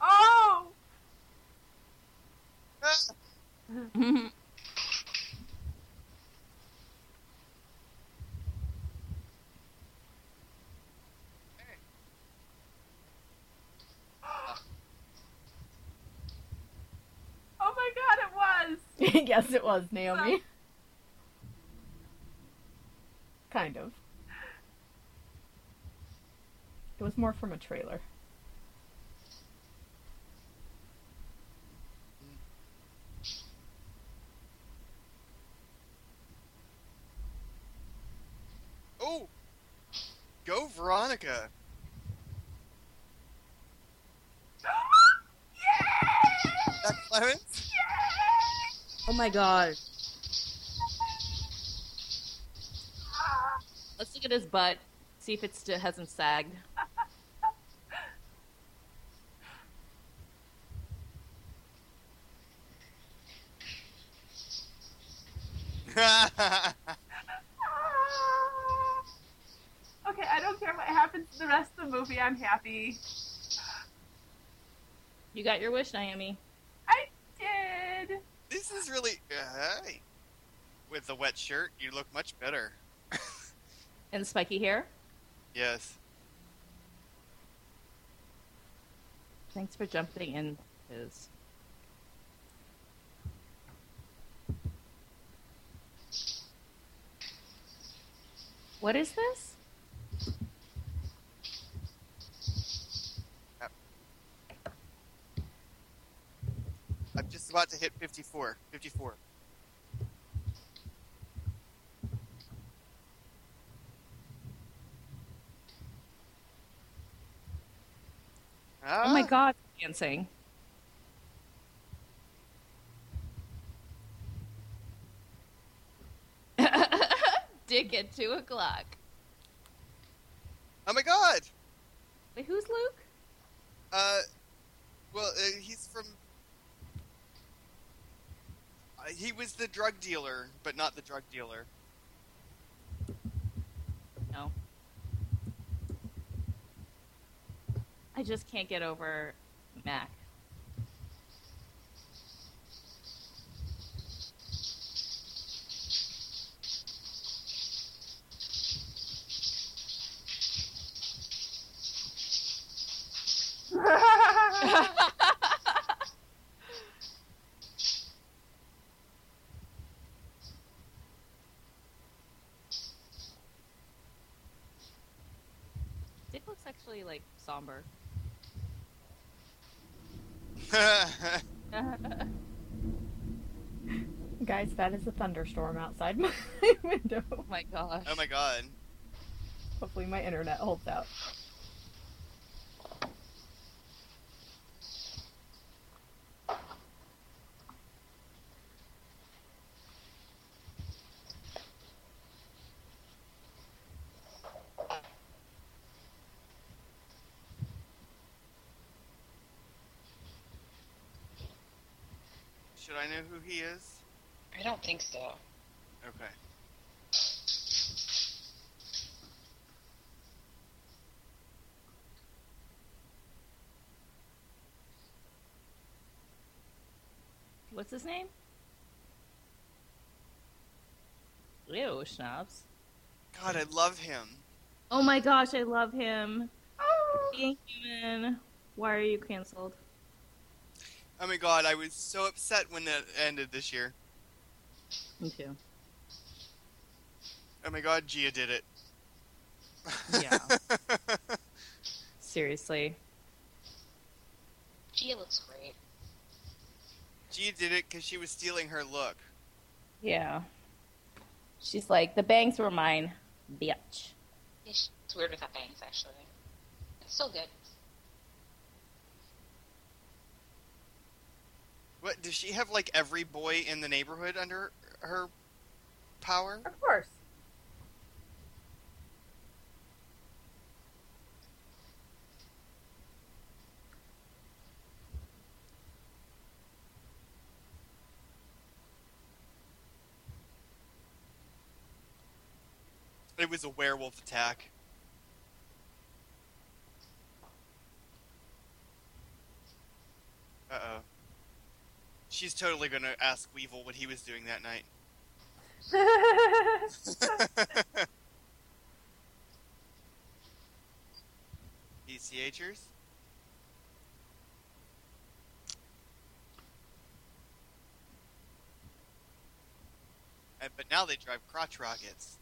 S4: Oh!
S2: Ah,
S6: Oh
S4: Oh my god, it was!
S1: yes, it was Naomi. kind of. It was more from a trailer.
S2: oh. Go Veronica. Zach Clemens?
S6: Oh my god.
S3: Let's look at his butt, see if it still hasn't sagged.
S4: Okay, I don't care what happens to the rest of the movie, I'm happy.
S3: You got your wish, Naomi.
S4: I did!
S2: this is really. Uh, hey. With the wet shirt, you look much better.
S3: And spiky hair.
S2: Yes.
S3: Thanks for jumping in, Piz. What is this?
S2: I'm just about to hit 54. 54. Ah,
S3: Oh my god, dancing. Dick at two o'clock.
S2: Oh my god!
S3: Wait, who's Luke?
S2: Uh, well, uh, he's from. Uh, He was the drug dealer, but not the drug dealer.
S3: No. I just can't get over Mac. Dick looks actually like somber. oh
S1: Guys, that is a thunderstorm outside my window.
S3: my gosh.
S2: oh my god.
S1: Hopefully, my internet holds out.
S2: Should I know who he is?
S5: I don't think so.
S2: Okay.
S3: What's his name? Ew, schnapps.
S2: God, I love him.
S3: Oh my gosh, I love him.
S4: Oh,
S3: Being human. Why are you canceled?
S2: Oh my god, I was so upset when that ended this year.
S3: Me too.
S2: Oh my god, Gia did it.
S3: Yeah. Seriously.
S5: Gia looks great.
S2: Gia did it because she was stealing her look.
S3: Yeah. She's like, the bangs were mine, bitch.
S5: Yeah, she- It's weird without bangs, actually. It's still good.
S2: What does she have? Like every boy in the neighborhood under her power?
S4: of course.
S2: It was a werewolf attack. Uh oh. She's totally gonna ask Weevil what he was doing that night. PCHers? And, but now they drive crotch rockets.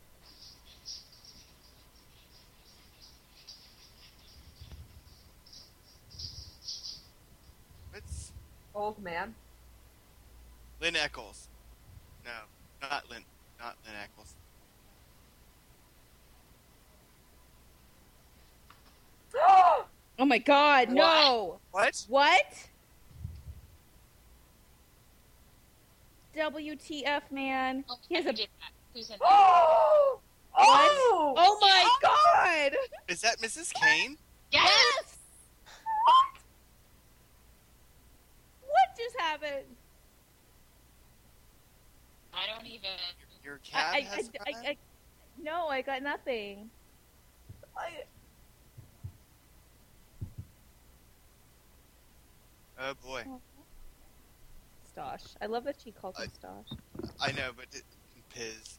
S2: It's
S4: Old man.
S2: Lynn Eccles. No, not Lynn. Not Lynn Eccles.
S6: Oh my god, no!
S2: What?
S6: What? WTF, man.
S5: Oh,
S6: He has
S5: I
S6: a.
S5: did that. Who's in there?
S4: Oh! Oh!
S6: Oh my god!
S2: Is that Mrs. Kane?
S5: Yes!
S6: What just happened?
S5: I don't even.
S2: Your cat
S6: I,
S2: has
S6: I, I, I, I, no, I got nothing.
S4: I-
S2: Oh boy.
S6: Stosh. I love that she calls him Stosh.
S2: I know, but it, Piz.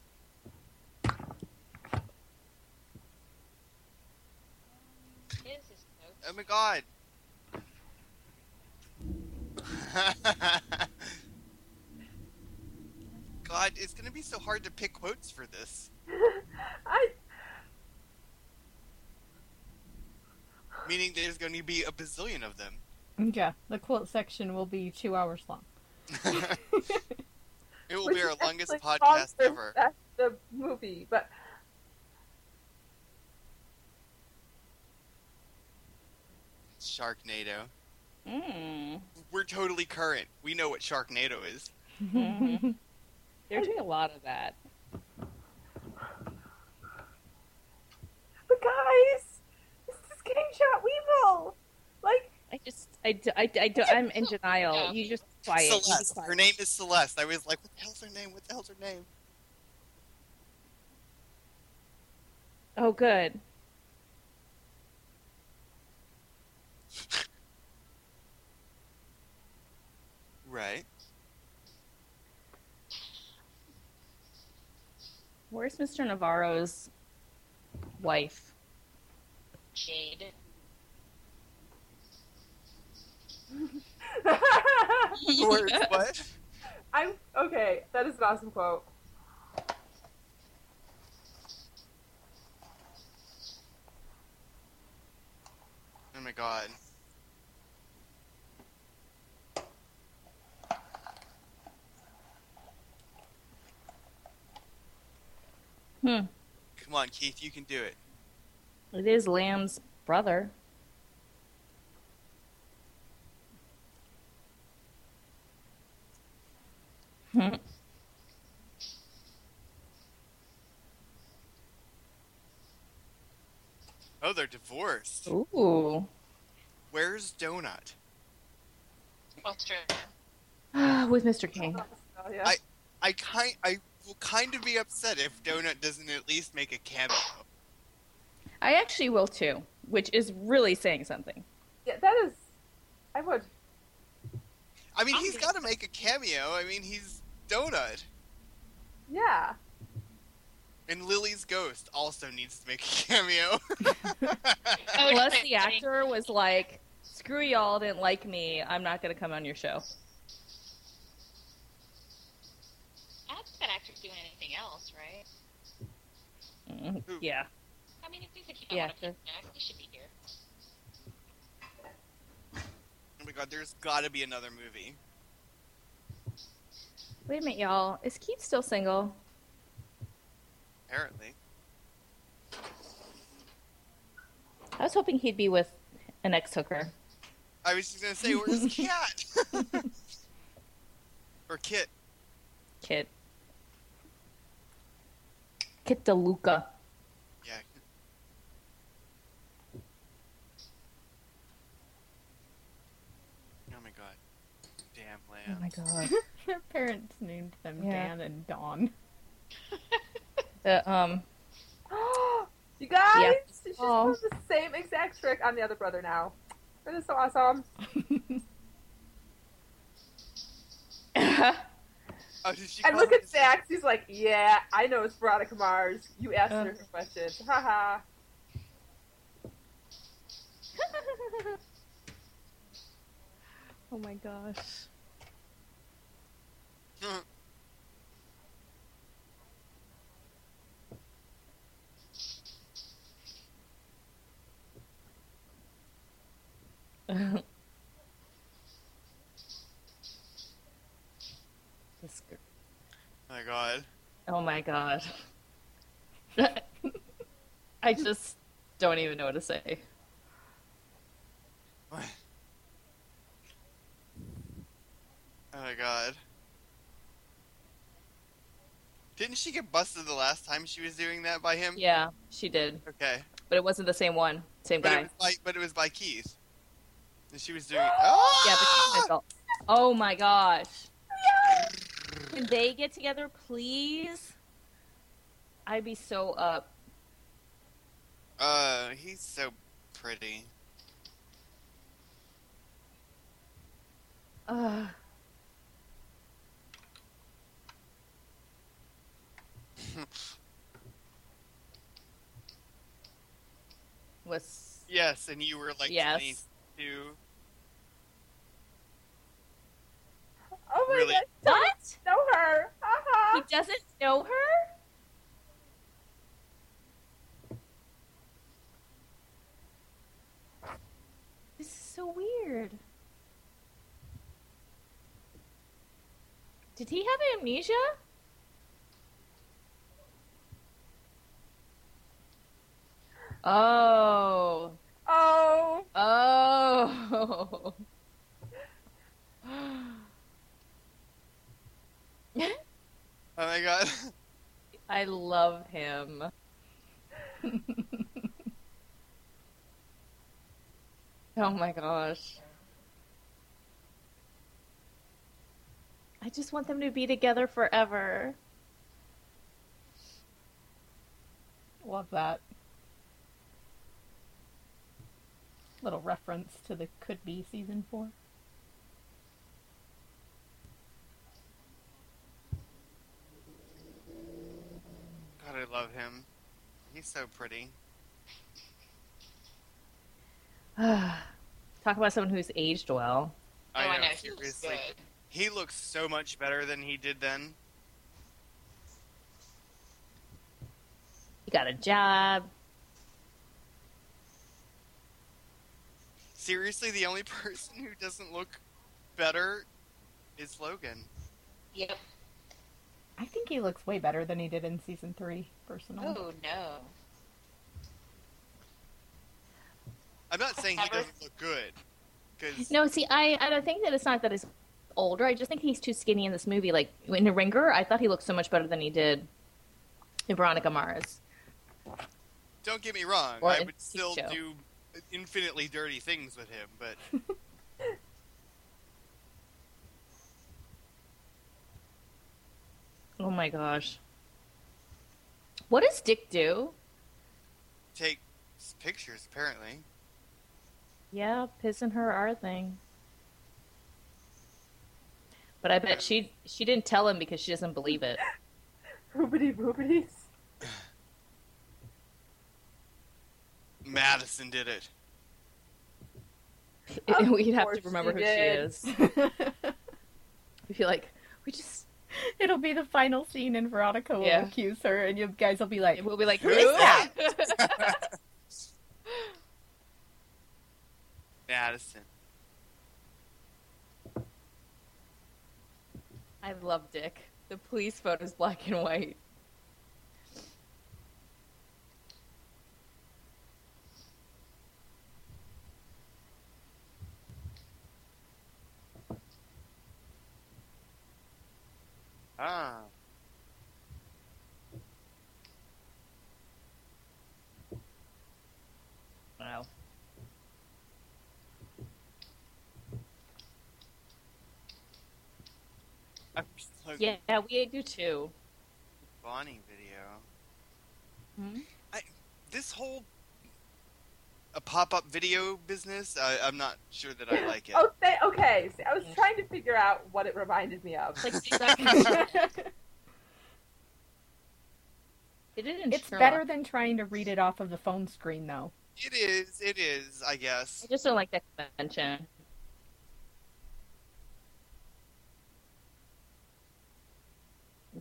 S5: His is no
S2: Oh my god. god, it's gonna be so hard to pick quotes for this.
S4: I
S2: Meaning there's gonna be a bazillion of them.
S1: Yeah, the quote section will be two hours long.
S2: it will
S4: which
S2: be our
S4: is
S2: longest
S4: actually
S2: podcast
S4: longer
S2: ever.
S4: than The movie, but
S2: Sharknado.
S6: Mm.
S2: We're totally current. We know what Sharknado is.
S6: Mhm. They're doing a lot of that.
S4: but guys, this is getting shot Weevil. Like
S6: I just, I, d- I, d- I, d- I'm in denial. You just
S3: Quiet. be
S2: Celeste.
S3: quiet.
S2: Her name is Celeste. I was like, what the hell's her name? What the hell's her name?
S3: Oh, good.
S2: Right.
S3: Where's Mr. Navarro's wife?
S5: Jade.
S2: Or it's what?
S4: I'm okay. That is an awesome quote.
S2: Oh my god.
S3: Hmm.
S2: Come on, Keith, you can do it.
S3: It is Lamb's brother. Hmm.
S2: Oh, they're divorced.
S3: Ooh.
S2: Where's Donut?
S5: Australia.
S3: With Mr. King.
S4: Oh, yeah.
S2: I kind I will kind of be upset if Donut doesn't at least make a cameo.
S3: I actually will too, which is really saying something.
S4: yeah, that is. I would.
S2: I mean, he's got to make a cameo. I mean, he's Donut.
S4: Yeah.
S2: And Lily's ghost also needs to make a cameo.
S5: Oh,
S3: Unless the
S5: yeah.
S3: actor was like, screw y'all, didn't like me, I'm not going to come on your show.
S5: I don't think that actor's doing anything else, right?
S3: Mm, Yeah.
S5: I mean, if he's a kid,
S3: Yeah,
S5: yeah,
S3: sure.
S5: he should be here.
S2: oh my god, there's got to be another movie.
S3: Wait a minute, y'all. Is Keith still single?
S2: Apparently,
S3: I was hoping he'd be with an ex hooker.
S2: I was just gonna say, where's Cat? or Kit?
S3: Kit. Kit DeLuca.
S2: Yeah. Oh my god. Damn
S3: Oh
S2: lamb.
S3: my god.
S1: Their parents named them
S3: Yeah.
S1: Dan and Don.
S3: The, um,
S4: you guys,
S3: Yeah.
S4: she's
S3: Oh.
S4: doing the same exact trick on the other brother now. That is so awesome.
S3: um,
S2: Oh, did she
S4: And
S2: call
S4: look
S2: him-
S4: at Zax. He's like, yeah, I know it's Veronica Mars. You asked her her question. Haha.
S3: oh my gosh. this girl.
S2: Oh my god.
S3: Oh my god. I just don't even know what to say.
S2: What? Oh my god. Didn't she get busted the last time she was doing that by him?
S3: Yeah, she did,
S2: Okay.
S3: but it wasn't the same one, same
S2: But it
S3: guy.
S2: was by but it was by Keith. And she was doing oh!
S3: Yeah, but she's an adult. Oh my gosh. Can they get together, please? I'd be so up.
S2: Uh he's so pretty.
S3: Ugh. Was
S2: Yes, and you were like
S3: yes.
S2: 22.
S4: Oh my
S2: Really?
S4: god,
S3: What?
S4: know her. Haha.
S3: He doesn't know her? This is so weird. Did he have amnesia? Oh.
S4: Oh,
S3: Oh.
S2: Oh my god.
S3: I love him. oh my gosh. I just want them to be together forever.
S1: Love that. Little reference to the could be season four.
S2: God, I love him. He's so pretty.
S3: Talk about someone who's aged well.
S5: oh, I know. He looks
S2: seriously.
S5: good.
S2: He looks so much better than he did then.
S3: He got a job.
S2: Seriously, the only person who doesn't look better is Logan.
S5: Yep.
S1: I think he looks way better than he did in season three, personally.
S5: Oh no.
S2: I'm not saying he
S5: Ever?
S2: doesn't look good. 'cause-
S3: No, see, I, I don't think that it's not that he's older. I just think he's too skinny in this movie. Like in the Ringer, I thought he looked so much better than he did in Veronica Mars.
S2: don't get me wrong,
S3: Or
S2: I
S3: in
S2: would
S3: Peep
S2: still
S3: Show.
S2: do infinitely dirty things with him, but
S3: Oh my gosh. What does Dick do?
S2: take s- pictures apparently.
S3: Yeah, pissing her our thing. But I bet she she didn't tell him because she doesn't believe it.
S4: Boobity boobities.
S2: Madison did it.
S4: Of
S3: We'd have
S4: course
S3: to remember
S4: she
S3: who
S4: did.
S3: she is. We feel like we just
S1: It'll be the final scene, and Veronica will
S3: Yeah.
S1: accuse her, and you guys will be like,
S3: we'll be like,
S2: Who
S3: who is
S2: is
S3: that?
S2: Madison.
S3: I love Dick. The police photo is black and white.
S2: Ah.
S3: Wow.
S2: I'm just like
S3: Yeah, we do too.
S2: Bonnie video.
S3: Hmm?
S2: I, this whole a pop-up video business, I, I'm not sure that I like it.
S4: Oh, th- okay. See, I was trying to figure out what it reminded me of.
S3: It's like they did it in
S1: It's
S3: Sherlock.
S1: better than trying to read it off of the phone screen, though.
S2: It is, it is, I guess.
S3: I just don't like that convention.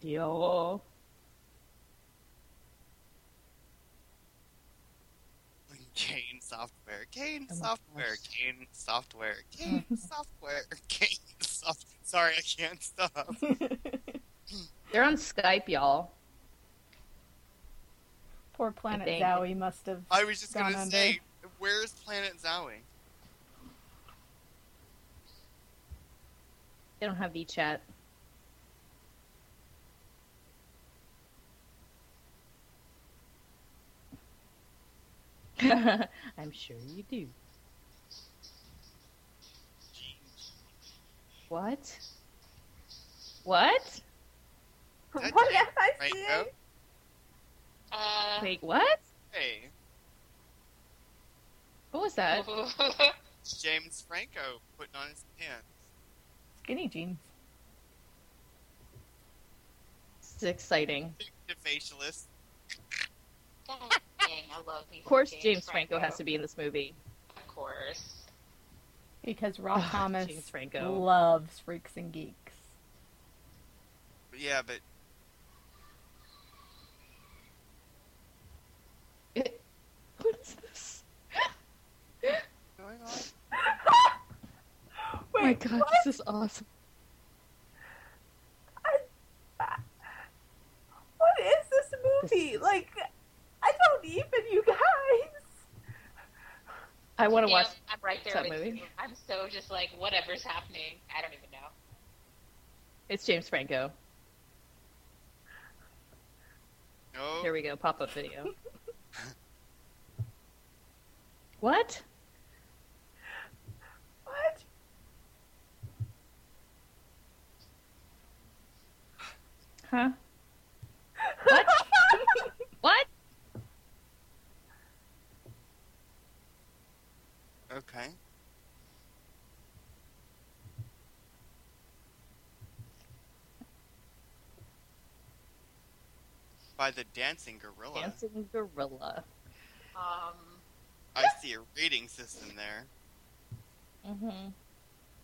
S3: Yo.
S2: Kane software, Kane software, Kane software, Kane software, Kane soft. Sorry, I can't stop.
S3: They're on Skype, y'all.
S1: Poor Planet
S3: think-
S1: Zowie must have.
S2: I was just
S1: Gone
S2: gonna
S1: under.
S2: say, where's Planet Zowie?
S3: They don't have VChat. I'm sure you do. What? What?
S2: That
S4: what
S2: did
S4: am I
S2: Right,
S4: seeing?
S2: bro?
S5: Uh,
S3: Wait, what?
S2: Hey,
S3: What was that?
S2: it's James Franco putting on his pants.
S1: Skinny jeans.
S3: It's exciting.
S2: The facialist.
S5: God dang, I love me.
S3: Of course, James Franco has to be in this movie.
S5: Of course.
S1: Because Rob
S3: Ugh,
S1: Thomas
S3: James Franco.
S1: loves freaks and geeks.
S2: But yeah, but
S3: What is this?
S2: going on.
S4: Wait,
S3: oh my god,
S4: what?
S3: this is awesome.
S4: what is this movie? Like, I don't even, you guys.
S3: I want to
S5: Yeah,
S3: watch.
S5: I'm right there
S3: that
S5: with
S3: movie.
S5: you. I'm so just like whatever's happening. I don't even know.
S3: It's James Franco.
S2: No,
S3: Here we go, pop up video. what?
S4: What?
S2: Okay. By the dancing gorilla.
S3: Dancing gorilla.
S5: Um,
S2: I see a rating system there.
S3: Mm-hmm.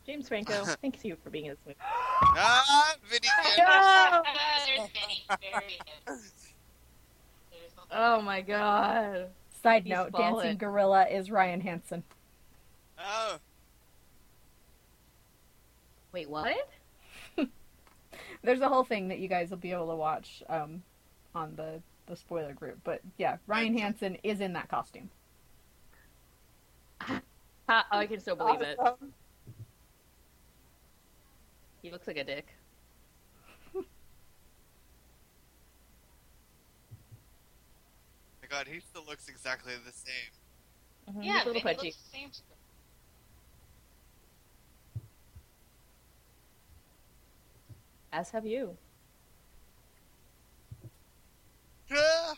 S3: James Franco, thank you for being in this movie.
S2: Ah, video game.
S3: No!
S5: there's many variants. There's a
S3: Oh my god.
S1: Side
S3: He's
S1: note:
S3: fallen.
S1: Dancing Gorilla is Ryan Hansen.
S2: Oh,
S3: Wait, what?
S1: There's a whole thing that you guys will be able to watch um, on the the spoiler group, but yeah, Ryan Hansen is in that costume.
S3: Ha, oh, I can still believe it. He looks like a dick.
S2: my god, he still looks exactly the same.
S3: Mhm,
S5: Yeah,
S3: he's a
S5: Vinny
S3: little pudgy.
S5: looks the same to-
S3: As have you.
S2: Ah!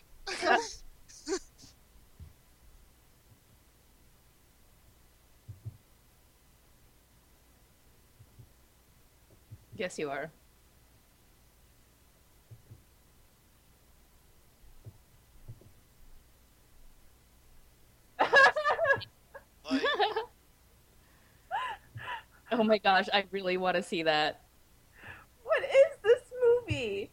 S3: Yes, you are.
S2: like,
S3: Oh my gosh, I really want to see that.
S4: What is this movie?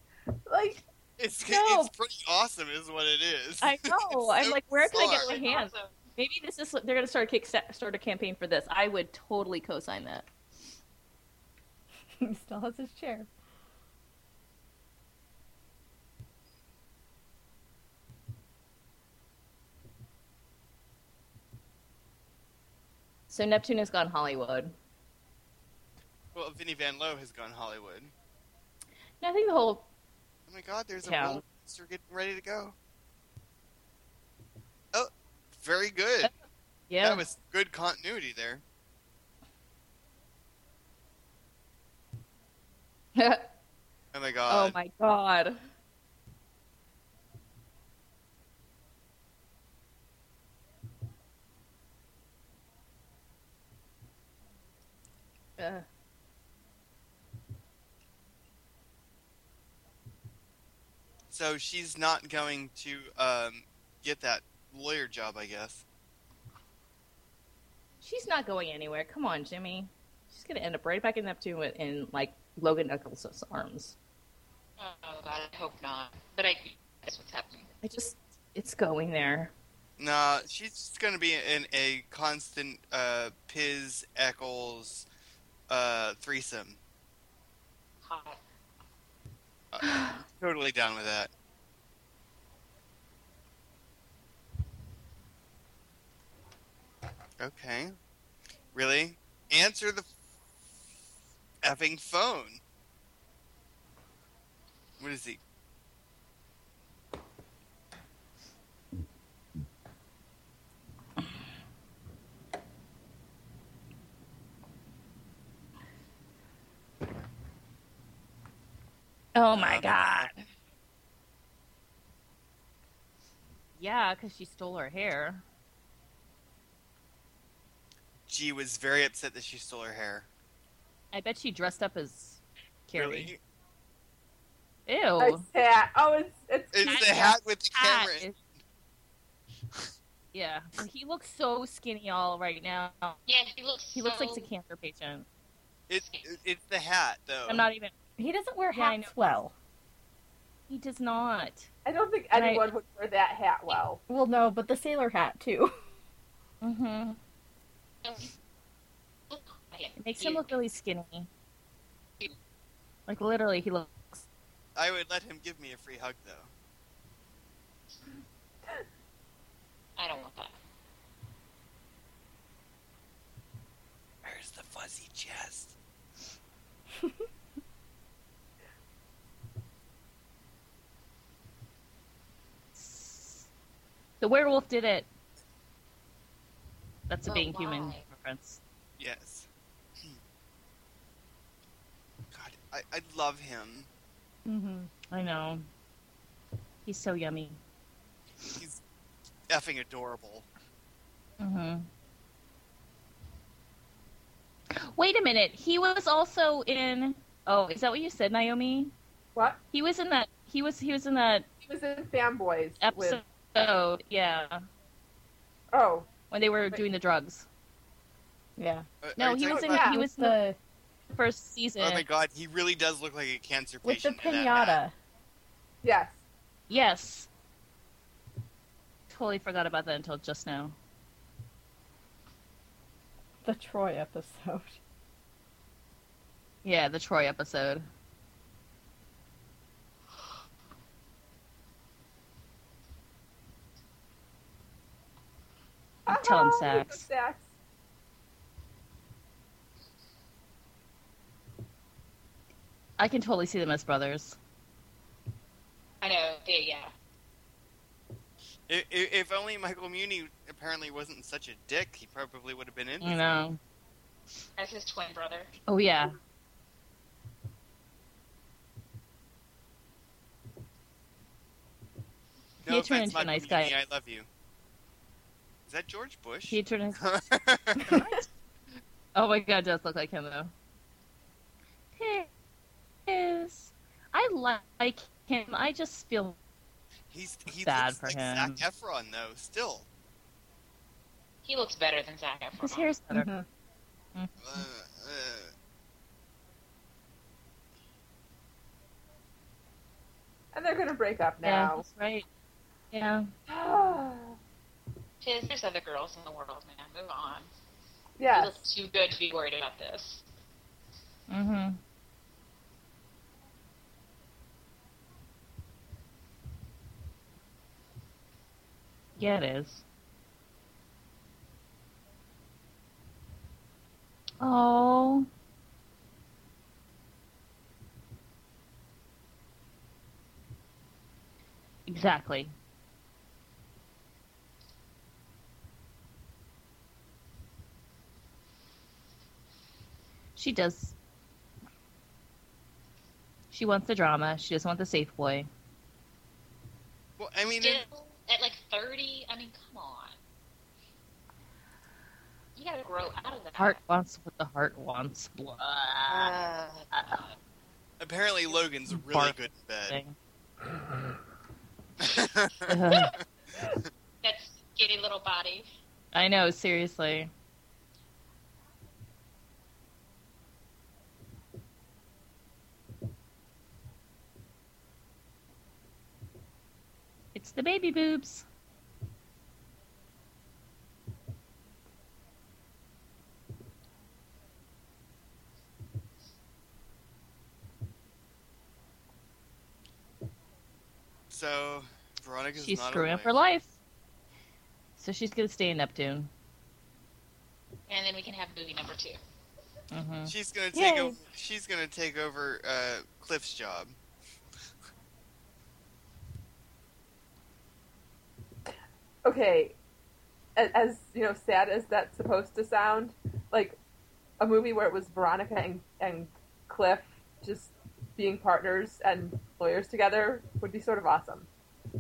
S4: Like,
S2: it's,
S3: No.
S2: it's pretty awesome, is what it is.
S3: I know. I'm
S2: so
S3: like, where can I get
S2: bizarre.
S3: my hands?
S5: Also,
S3: Maybe this is they're gonna start a kick start a campaign for this. I would totally co-sign that.
S1: he still has his chair.
S3: So Neptune has gone Hollywood.
S2: Well, Vinnie Van Lowe has gone Hollywood.
S3: No, I think the whole
S2: Oh my god, there's a
S3: Town.
S2: roller coaster getting ready to go. Oh, very good.
S3: Uh, yeah.
S2: That was good continuity there. Oh my
S3: oh
S2: god.
S3: my god. Uh,
S2: So she's not going to um, get that lawyer job, I guess.
S3: she's not going anywhere. Come on, Jimmy. She's gonna end up right back in Neptune with- in like Logan Knuckles' arms.
S5: Oh God, I hope not. But I that's what's happening.
S3: I just, it's going there.
S2: Nah, she's just going to be in a constant uh, Piz Eccles uh, threesome.
S5: Hot.
S2: Totally down with that. Okay. Really? Answer the effing phone. What is he?
S3: Oh my god. Yeah, because she stole her hair.
S2: G was very upset that she stole her hair.
S3: I bet she dressed up as Carrie.
S2: Really?
S3: Ew.
S4: it's hat. Oh, it's it's.
S2: It's the hat with the camera. in-
S3: yeah, he looks so skinny all right now.
S5: Yeah, he looks.
S3: He looks
S5: so,
S3: like a cancer patient.
S2: It's it's the hat though.
S3: I'm not even.
S1: He doesn't wear
S3: Yeah, I
S1: hats
S3: know.
S1: well.
S3: He does not.
S4: I don't think
S3: Right.
S4: anyone would wear that hat well.
S1: Well, no, but the sailor hat too.
S3: Mm-hmm.
S5: Look at him.
S3: It makes
S5: He-
S3: him look really skinny. Like literally, he looks.
S2: I would let him give me a free hug though.
S5: I don't want that.
S2: Where's the fuzzy chest?
S3: The werewolf did it. That's a
S5: But
S3: being human
S5: why?
S3: reference.
S2: Yes. God, I, I love him.
S1: Mm-hmm.
S3: I know. He's so yummy.
S2: He's effing adorable.
S3: Mm-hmm. Wait a minute. He was also in. Oh, is that what you said, Naomi?
S4: What?
S3: He was in that. He was. He was in that
S4: He was in Fanboys
S3: episode.
S4: with
S3: Yeah,
S4: oh
S3: when they were
S4: Wait.
S3: doing the drugs.
S1: Yeah.
S2: Uh,
S3: No,
S2: are you
S3: he
S2: talking
S3: was in.
S4: about-
S3: He
S1: With
S3: was in the
S1: the
S3: first season.
S2: Oh my god, he really does look like a cancer
S1: with the
S2: patient. in that hat.
S1: pinata.
S4: yes.
S3: Yes. Totally forgot about that until just now.
S1: The Troy episode.
S3: Yeah, the Troy episode. You tell him,
S4: Oh,
S3: Sax.
S4: Sax.
S3: I can totally see them as brothers.
S5: I know. Yeah, yeah.
S2: If, if if only Michael Muni apparently wasn't such a dick, he probably would have been in.
S3: You
S2: this.
S3: know.
S5: As his twin brother.
S3: Oh yeah.
S2: No
S3: he
S2: offense,
S3: turned into a
S2: Michael
S3: nice guy.
S2: Muni, I love you. Is that George Bush?
S3: He turned his Oh my god, it does look like him though. He is. I li- like him. I just feel
S2: He's he
S3: Bad
S2: looks
S3: for
S2: like
S3: him.
S2: Zac Efron though. Still,
S5: He looks better than Zac Efron.
S3: his hair's better.
S1: Mhm.
S2: uh, uh,
S4: And they're gonna break up
S3: Yeah,
S4: now.
S3: that's right. Yeah.
S5: Tis, there's other girls in the world, man. Move on. He
S4: yes.
S5: looks too good to be worried about this.
S3: Mm-hmm. Yeah, it is. Oh. Exactly. She does she wants the drama. She doesn't want the safe boy.
S2: well, I mean,
S5: Still,
S2: it-
S5: at like 30, I mean, come on. You gotta grow out of that.
S3: Heart wants what the heart wants. Blah.
S5: Uh,
S2: apparently Logan's really
S3: Barf.
S2: good in
S3: thing.
S2: bed.
S3: Ugh.
S5: that skinny little body.
S3: I know, seriously. It's the baby boobs.
S2: so Veronica's
S3: She's
S2: not
S3: screwing up
S2: awake.
S3: her life. So she's going to stay in Neptune.
S5: And then we can have movie number two.
S3: hmm
S2: She's gonna take
S1: Yay.
S2: over. She's gonna take over uh, Cliff's job.
S4: okay, a- as you know, sad as that's supposed to sound, like a movie where it was Veronica and, and Cliff just being partners and lawyers together would be sort of awesome.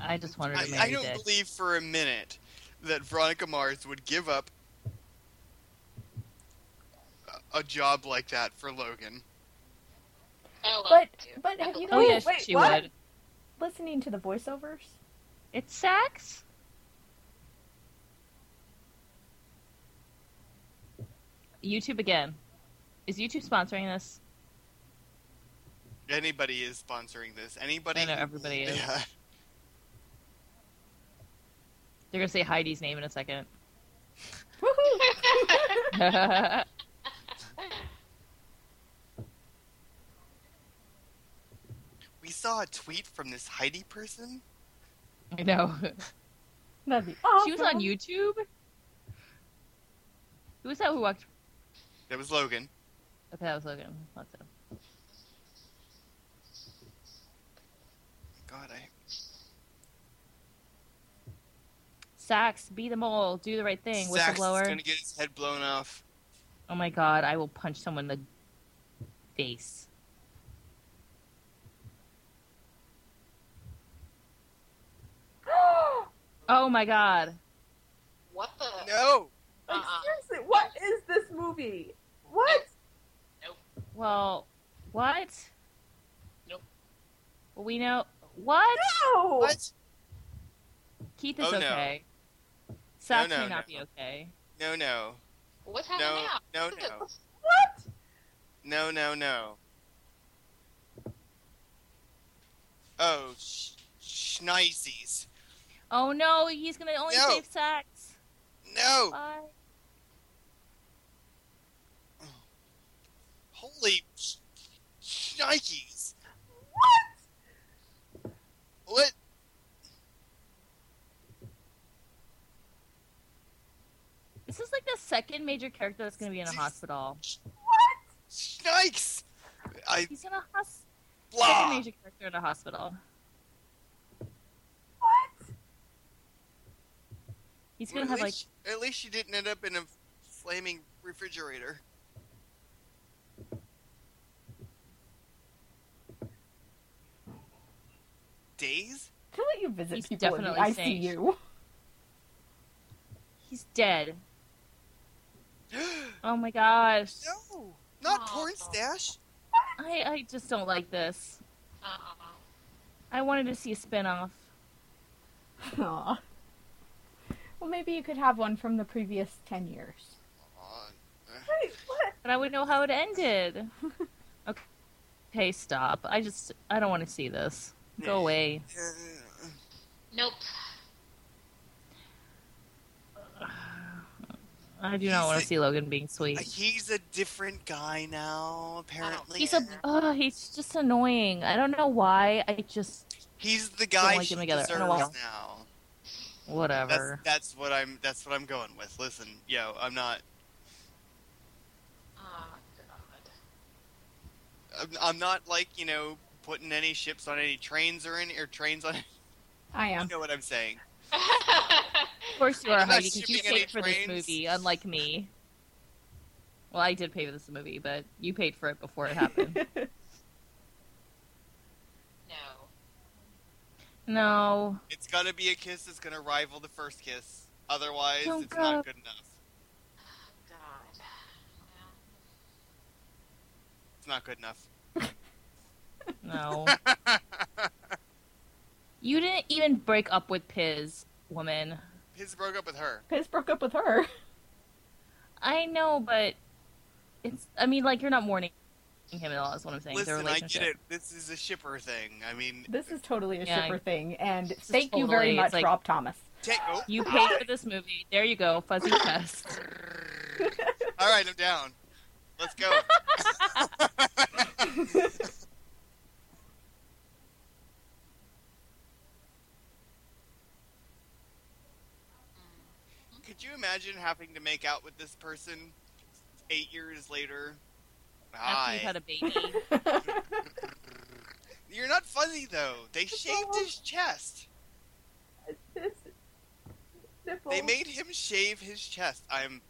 S3: I just wanted
S2: I,
S3: to
S2: I
S3: marry
S2: don't
S3: Dick.
S2: believe for a minute that Veronica Mars would give up a- a job like that for Logan.
S5: Oh, well,
S1: But
S5: two.
S1: but have you
S3: Oh,
S1: guys
S3: yeah,
S4: wait,
S3: she
S4: what?
S3: would.
S1: listening to the voiceovers?
S3: It's sex? YouTube again. Is YouTube sponsoring this?
S2: Anybody is sponsoring this. Anybody?
S3: I know everybody is.
S2: Yeah.
S3: They're gonna say Heidi's name in a second.
S1: Woohoo!
S2: We saw a tweet from this Heidi person.
S3: I know.
S1: That'd be awesome.
S3: She was on YouTube. Who was that who walked?
S2: That was Logan.
S3: Okay, that was Logan. That's him.
S2: God, I.
S3: Sax, be the mole, do the right thing,
S2: Zach's
S3: whistleblower.
S2: gonna get his head blown off.
S3: Oh my god, I will punch someone in the face. Oh my god. Oh
S5: what the? Oh.
S2: No.
S4: Like
S5: Uh-uh.
S4: seriously, what is this movie? What?
S3: Well, what?
S5: Nope.
S3: Well, we know what
S4: No.
S2: What?
S3: Keith is
S2: Oh, no.
S3: okay. Socks
S2: No, no,
S3: may not
S2: no.
S3: be okay.
S2: No, no.
S5: What's happening
S2: No,
S5: now?
S2: no,
S5: This is
S2: no.
S5: a-
S4: What?
S2: No, no, no. Oh, sh- schneizes.
S3: Oh no, he's gonna only
S2: No. Oh.
S3: save Socks.
S2: No!
S3: Bye.
S2: Holy sh- shnikes!
S4: What?
S2: What?
S3: This is like the second major character that's gonna be in a hospital.
S4: What?
S2: Shnikes! I
S3: He's in a hos- second
S2: blah!
S3: major character in a hospital.
S4: What?
S3: He's
S2: Well,
S3: gonna
S2: at,
S3: have like
S2: least, at least you didn't end up in a flaming refrigerator. Days?
S1: To let you visit
S3: He's
S1: people in the
S3: definitely safe.
S1: ICU.
S3: he's dead.
S2: no!
S3: Oh my gosh.
S2: Not
S5: Aw.
S2: porn stash!
S3: I, I just don't like this.
S5: Uh-uh.
S3: I wanted to see a spin-off.
S1: Aw. Well, maybe you could have one from the previous ten years.
S2: Aw,
S4: Wait, what?
S3: But I would know how it ended. okay. Okay, stop. I just I don't want to see this. Go away.
S2: uh,
S5: Nope.
S3: I do not want to see Logan being sweet.
S2: uh, He's a different guy now, apparently.
S3: He's a oh, he's just annoying. I don't know why. I just
S2: He's the guy
S3: like
S2: she
S3: him together. I
S2: deserves
S3: don't like
S2: now. That's,
S3: whatever.
S2: that's what I'm. That's what I'm going with. Listen, yo, I'm not.
S5: Oh, God.
S2: I'm, I'm not like you know putting any ships on any trains or any or trains on.
S1: I
S2: You
S1: am.
S2: know what I'm saying?
S3: Of course you are,
S2: I'm not
S3: Heidi, because you
S2: shipping any
S3: paid for this
S2: trains.
S3: movie, unlike me. Well, I did pay for this movie, but you paid for it before it happened.
S5: no.
S3: no.
S2: It's gonna be a kiss that's gonna rival the first kiss. Otherwise,
S3: Don't
S2: it's not
S3: go.
S2: good enough.
S5: God. Well,
S2: It's not good enough.
S3: No. you didn't even break up with Piz, woman.
S2: His broke up with her.
S1: Piss broke up with her.
S3: I know, but it's. I mean, like you're not mourning him at all. Is what I'm saying. It's a
S2: Listen, I get
S3: relationship.
S2: it. This is a shipper thing. I mean,
S1: This is totally a
S3: Yeah,
S1: shipper thing, and
S3: this is
S1: thank you very
S3: totally- it's
S1: much,
S3: like-
S1: Rob Thomas.
S2: take. Oh.
S3: You paid for this movie. There you go, fuzzy test.
S2: All right, I'm down. Let's go.
S5: mm.
S2: Could you imagine having to make out with this person eight years later?
S3: After
S2: Hi.
S3: you've had a baby.
S2: You're not fuzzy though. They shaved his chest.
S4: This nipple.
S2: They made him shave his chest. I'm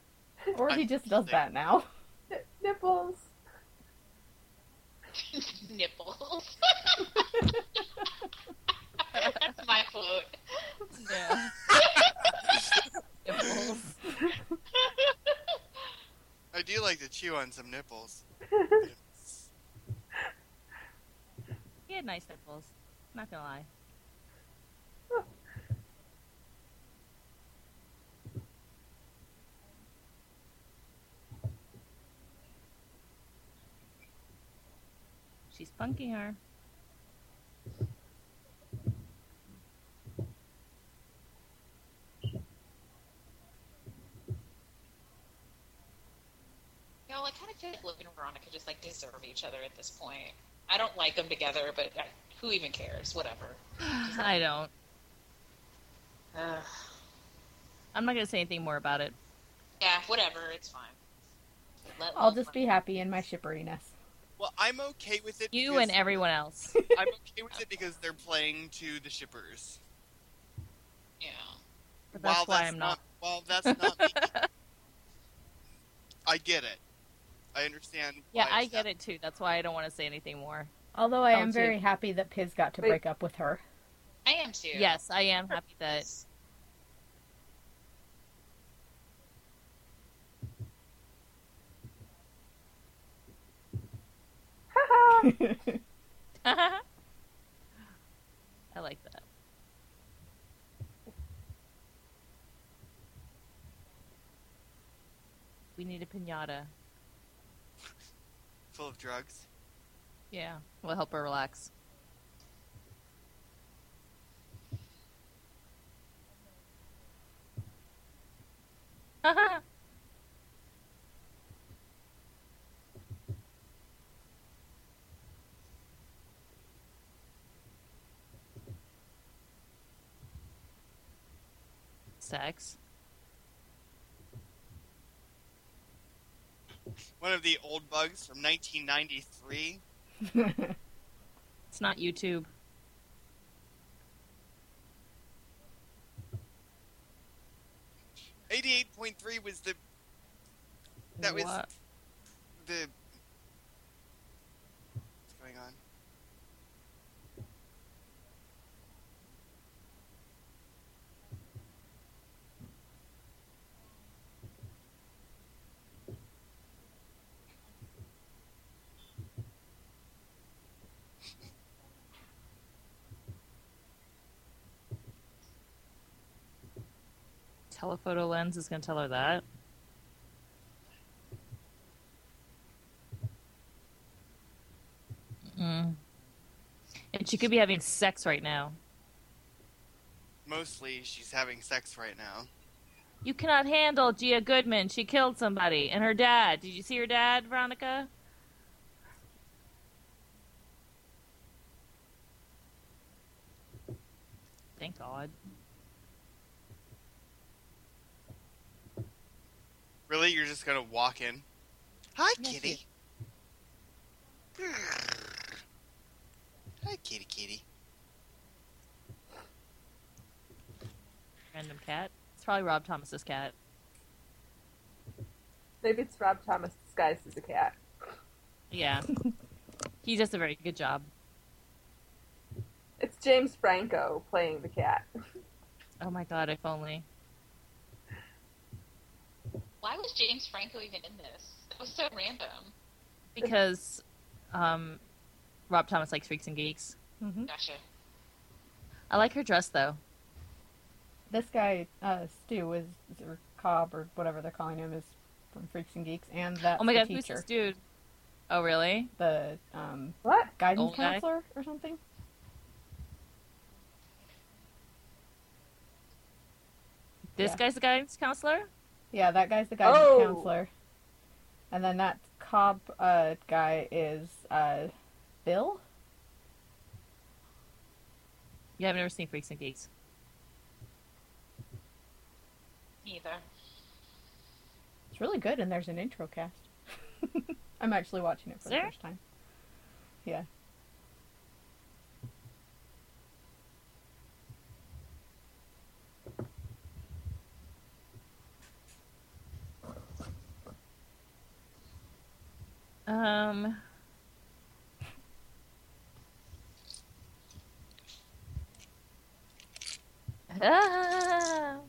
S1: Or he
S2: I'm
S1: just does
S2: sick.
S1: that now.
S4: N- nipples.
S5: nipples. That's my quote.
S3: yeah. Nipples.
S2: I do like to chew on some nipples.
S3: He had nice nipples. Not gonna lie. She's punking her.
S5: You know, I kind of feel like Logan and Veronica just like deserve each other at this point. I don't like them together, but I, who even cares? Whatever.
S3: I don't.
S5: Ugh.
S3: I'm not gonna say anything more about it.
S5: yeah, whatever. It's fine. Let
S1: I'll
S5: love
S1: just be
S5: run.
S1: happy in my shipperiness.
S2: Well, I'm okay with it.
S3: You
S2: because
S3: and everyone else.
S2: I'm okay with it because they're playing to the shippers.
S5: Yeah.
S3: But that's
S2: While
S3: why I'm not.
S2: Well, that's not. me. I get it. I understand.
S3: Yeah,
S2: why
S3: I
S2: it's
S3: get
S2: happening.
S3: it too. That's why I don't want to say anything more.
S1: Although I
S3: Oh,
S1: am
S3: too.
S1: very happy that Piz got to
S4: Wait.
S1: break up with her.
S5: I am too.
S3: Yes, I am happy that I like that. We need a pinata.
S2: Full of drugs.
S3: Yeah, we'll help her relax. Sex.
S2: One of the old bugs from 1993.
S3: It's not YouTube.
S2: Eighty-eight point three was the That was-
S3: What?
S2: the. What's going on?
S3: telephoto lens is going to tell her that. Mm. And she could be having sex right now.
S2: Mostly, she's having sex right now.
S3: You cannot handle Gia Goodman. She killed somebody. And her dad. Did you see her dad, Veronica? Thank God.
S2: Really, you're just gonna walk in? Hi, kitty. Hi, kitty, kitty.
S3: Random cat. It's probably Rob Thomas's cat.
S4: Maybe it's Rob Thomas disguised as a cat.
S3: Yeah. he does a very good job.
S4: It's James Franco playing the cat.
S3: Oh my God, if only.
S5: Why was James Franco even in this? That was so random.
S3: because um, Rob Thomas likes freaks and geeks.
S5: Gotcha.
S3: I like her dress though.
S1: this guy, uh, Stu, is or Cobb or whatever they're calling him, is from Freaks and Geeks, and that's
S3: Oh my
S1: the
S3: god, who's
S1: teacher,
S3: this dude? Oh really?
S1: the um,
S4: What?
S1: guidance
S3: Old guy?
S1: counselor or something.
S3: This
S1: Yeah.
S3: guy's the guidance counselor?
S1: Yeah, that guy's the guidance
S4: Oh.
S1: counselor, and then that Cobb uh, guy is uh, Bill.
S3: Yeah, I've never seen Freaks and Geeks.
S5: Neither.
S1: It's really good, and there's an intro cast. I'm actually watching it for the
S3: There?
S1: first time. Yeah.
S3: Um Ah.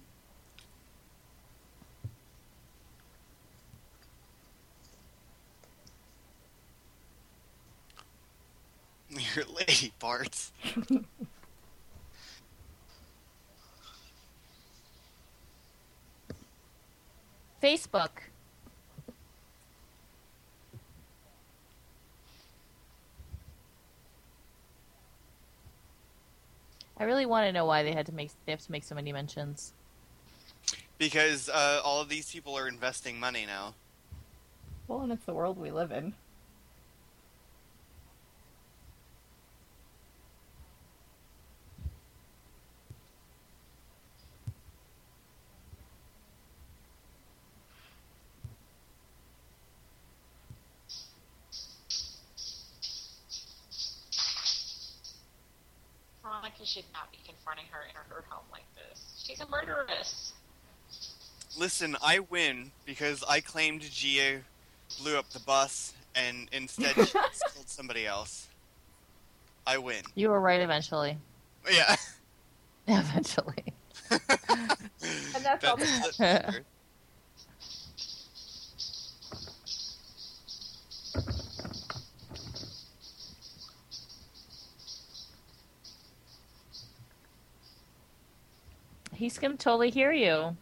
S2: Your lady parts.
S3: Facebook. I really want to know why they had to make they have to make so many mentions.
S2: Because uh, all of these people are investing money now.
S1: Well, and it's the world we live in.
S5: Veronica should not be confronting her in her home like this. She's a murderess.
S2: Listen, I win because I claimed Gia blew up the bus and instead she just killed somebody else. I win.
S3: You were right eventually.
S2: Yeah.
S3: Eventually.
S4: And that's all
S2: That's-
S4: the
S2: that's-
S3: He's gonna totally hear you.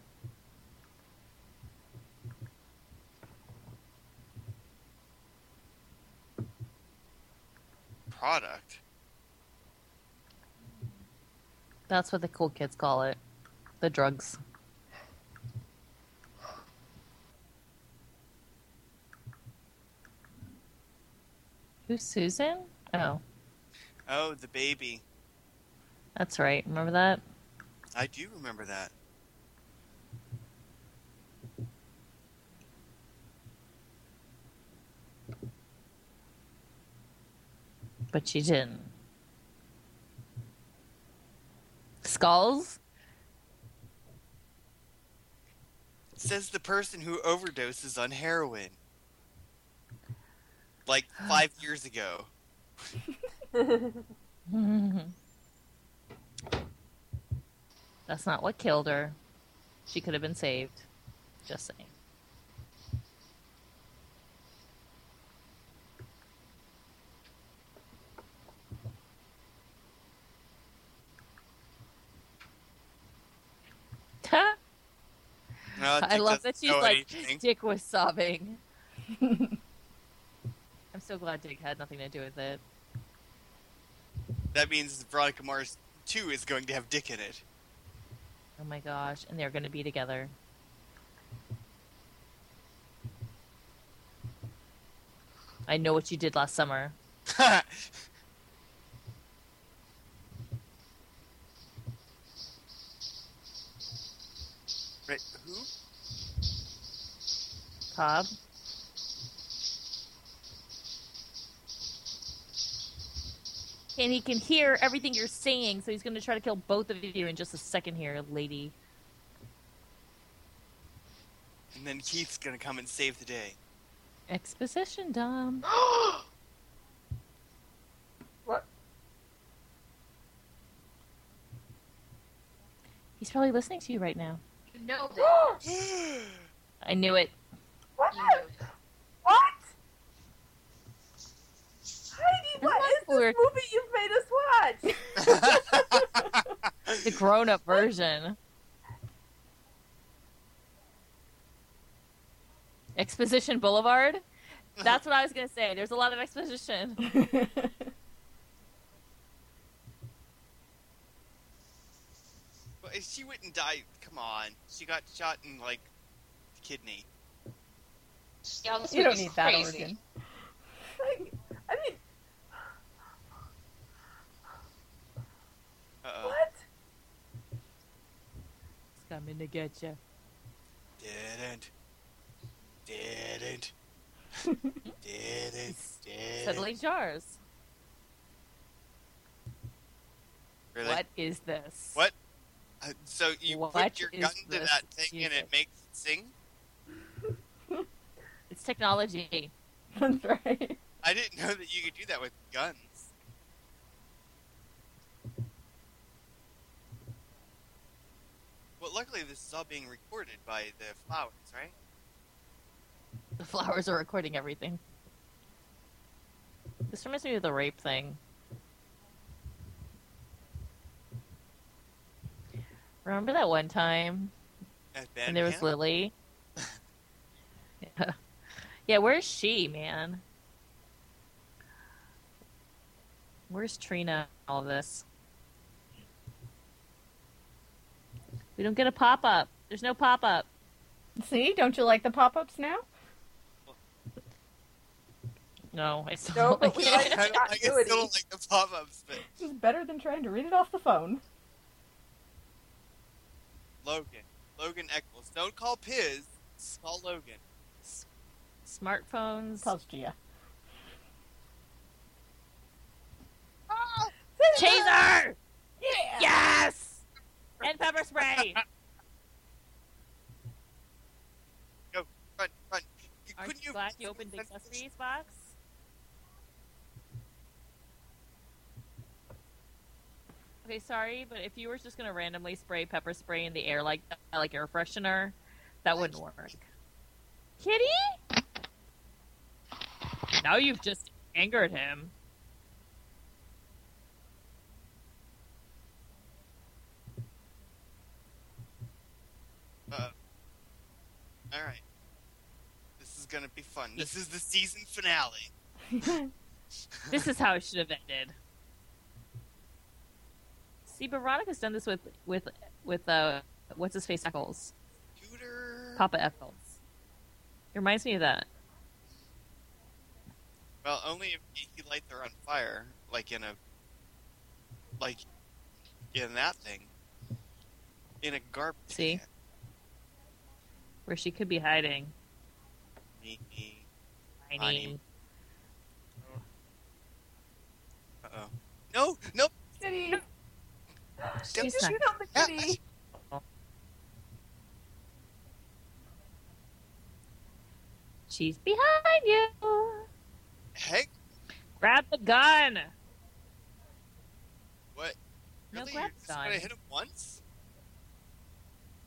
S2: Product.
S3: That's what the cool kids call it. The drugs. Who's Susan? Oh,
S2: Oh, the baby.
S3: that's right. Remember that?
S2: I do remember that.
S3: But she didn't. Skulls?
S2: says the person who overdoses on heroin. Like five years ago.
S3: That's not what killed her. She could have been saved. Just saying. Huh?
S2: No,
S3: I
S2: Dick
S3: love that
S2: doesn't
S3: she's
S2: know
S3: like,
S2: anything.
S3: Dick was sobbing. I'm so glad Dick had nothing to do with it.
S2: That means Veronica Mars 2 is going to have Dick in it.
S3: Oh my gosh. And they're going to be together. I know what you did last summer.
S2: right, who?
S3: Cobb. And he can hear everything you're saying, so he's going to try to kill both of you in just a second here, lady.
S2: And then Keith's gonna come and save the day.
S3: Exposition, Dom.
S4: What?
S3: He's probably listening to you right now.
S5: You know that.
S3: I knew it.
S4: What?
S5: You know that.
S4: What? Heidi, what
S3: That's
S4: is this
S3: weird.
S4: movie you've made us watch?
S3: The grown up version. Exposition Boulevard? That's what I was going to say. There's a lot of exposition.
S2: But if she wouldn't die. Come on, she got shot in like the kidney.
S5: Yeah, this
S1: you don't
S5: movie's
S1: need that
S5: crazy.
S1: organ.
S4: Like, I mean,
S2: Uh oh.
S4: what?
S3: It's coming to get you.
S2: Didn't. Didn't. Didn't. Didn't.
S3: Suddenly jars.
S2: Really?
S3: What is this?
S2: What? Uh, so you
S3: What
S2: put your
S3: is
S2: gun to
S3: this
S2: that thing and
S3: music?
S2: it makes it sing?
S3: It's technology.
S1: That's right.
S2: I didn't know that you could do that with guns. Well, luckily this is all being recorded by the flowers, right?
S3: The flowers are recording everything. This reminds me of the rape thing. Remember that one time
S2: At
S3: when there was
S2: Bandcamp?
S3: Lily? yeah. yeah, where's she, man? Where's Trina in all this? We don't get a pop up. There's no pop up.
S1: See, don't you like the pop ups now?
S3: No, I still
S4: No, but
S3: I
S4: we
S3: can't.
S4: like
S2: I, I still
S4: continuity.
S2: don't like the pop-ups, but
S1: This is better than trying to read it off the phone.
S2: Logan, Logan Eccles. Don't call Piz. just Call Logan.
S3: smartphones.
S1: Tells Gia.
S3: Taser!
S1: Yeah.
S3: Yes! And pepper spray.
S2: Run, run. You-
S3: Aren't
S2: couldn't
S3: you glad you opened the accessories box? Okay, sorry, but if you were just gonna randomly spray pepper spray in the air like that, like air freshener, that wouldn't work. Kitty? Now you've just angered him.
S2: All right. This is gonna be fun. This is the season finale.
S3: This is how it should have ended. See, but Veronica's done this with with with uh, what's his face Eccles,
S2: Computer.
S3: Papa Eccles. It reminds me of that.
S2: Well, only if he he lights her on fire, like in a, like, in that thing, in a garbage.
S3: See?
S2: can.
S3: where she could be hiding.
S2: Me- me.
S3: I
S2: Honey.
S3: mean,
S2: Uh-oh. No, no.
S4: Kitty,
S2: Don't
S3: she's
S4: you
S3: not.
S4: shoot out the kitty.
S3: She's behind you.
S2: Heck,
S3: Grab the gun.
S2: what?
S3: No
S2: Really? You're
S3: grab
S2: just
S3: gun.
S2: gonna hit him once?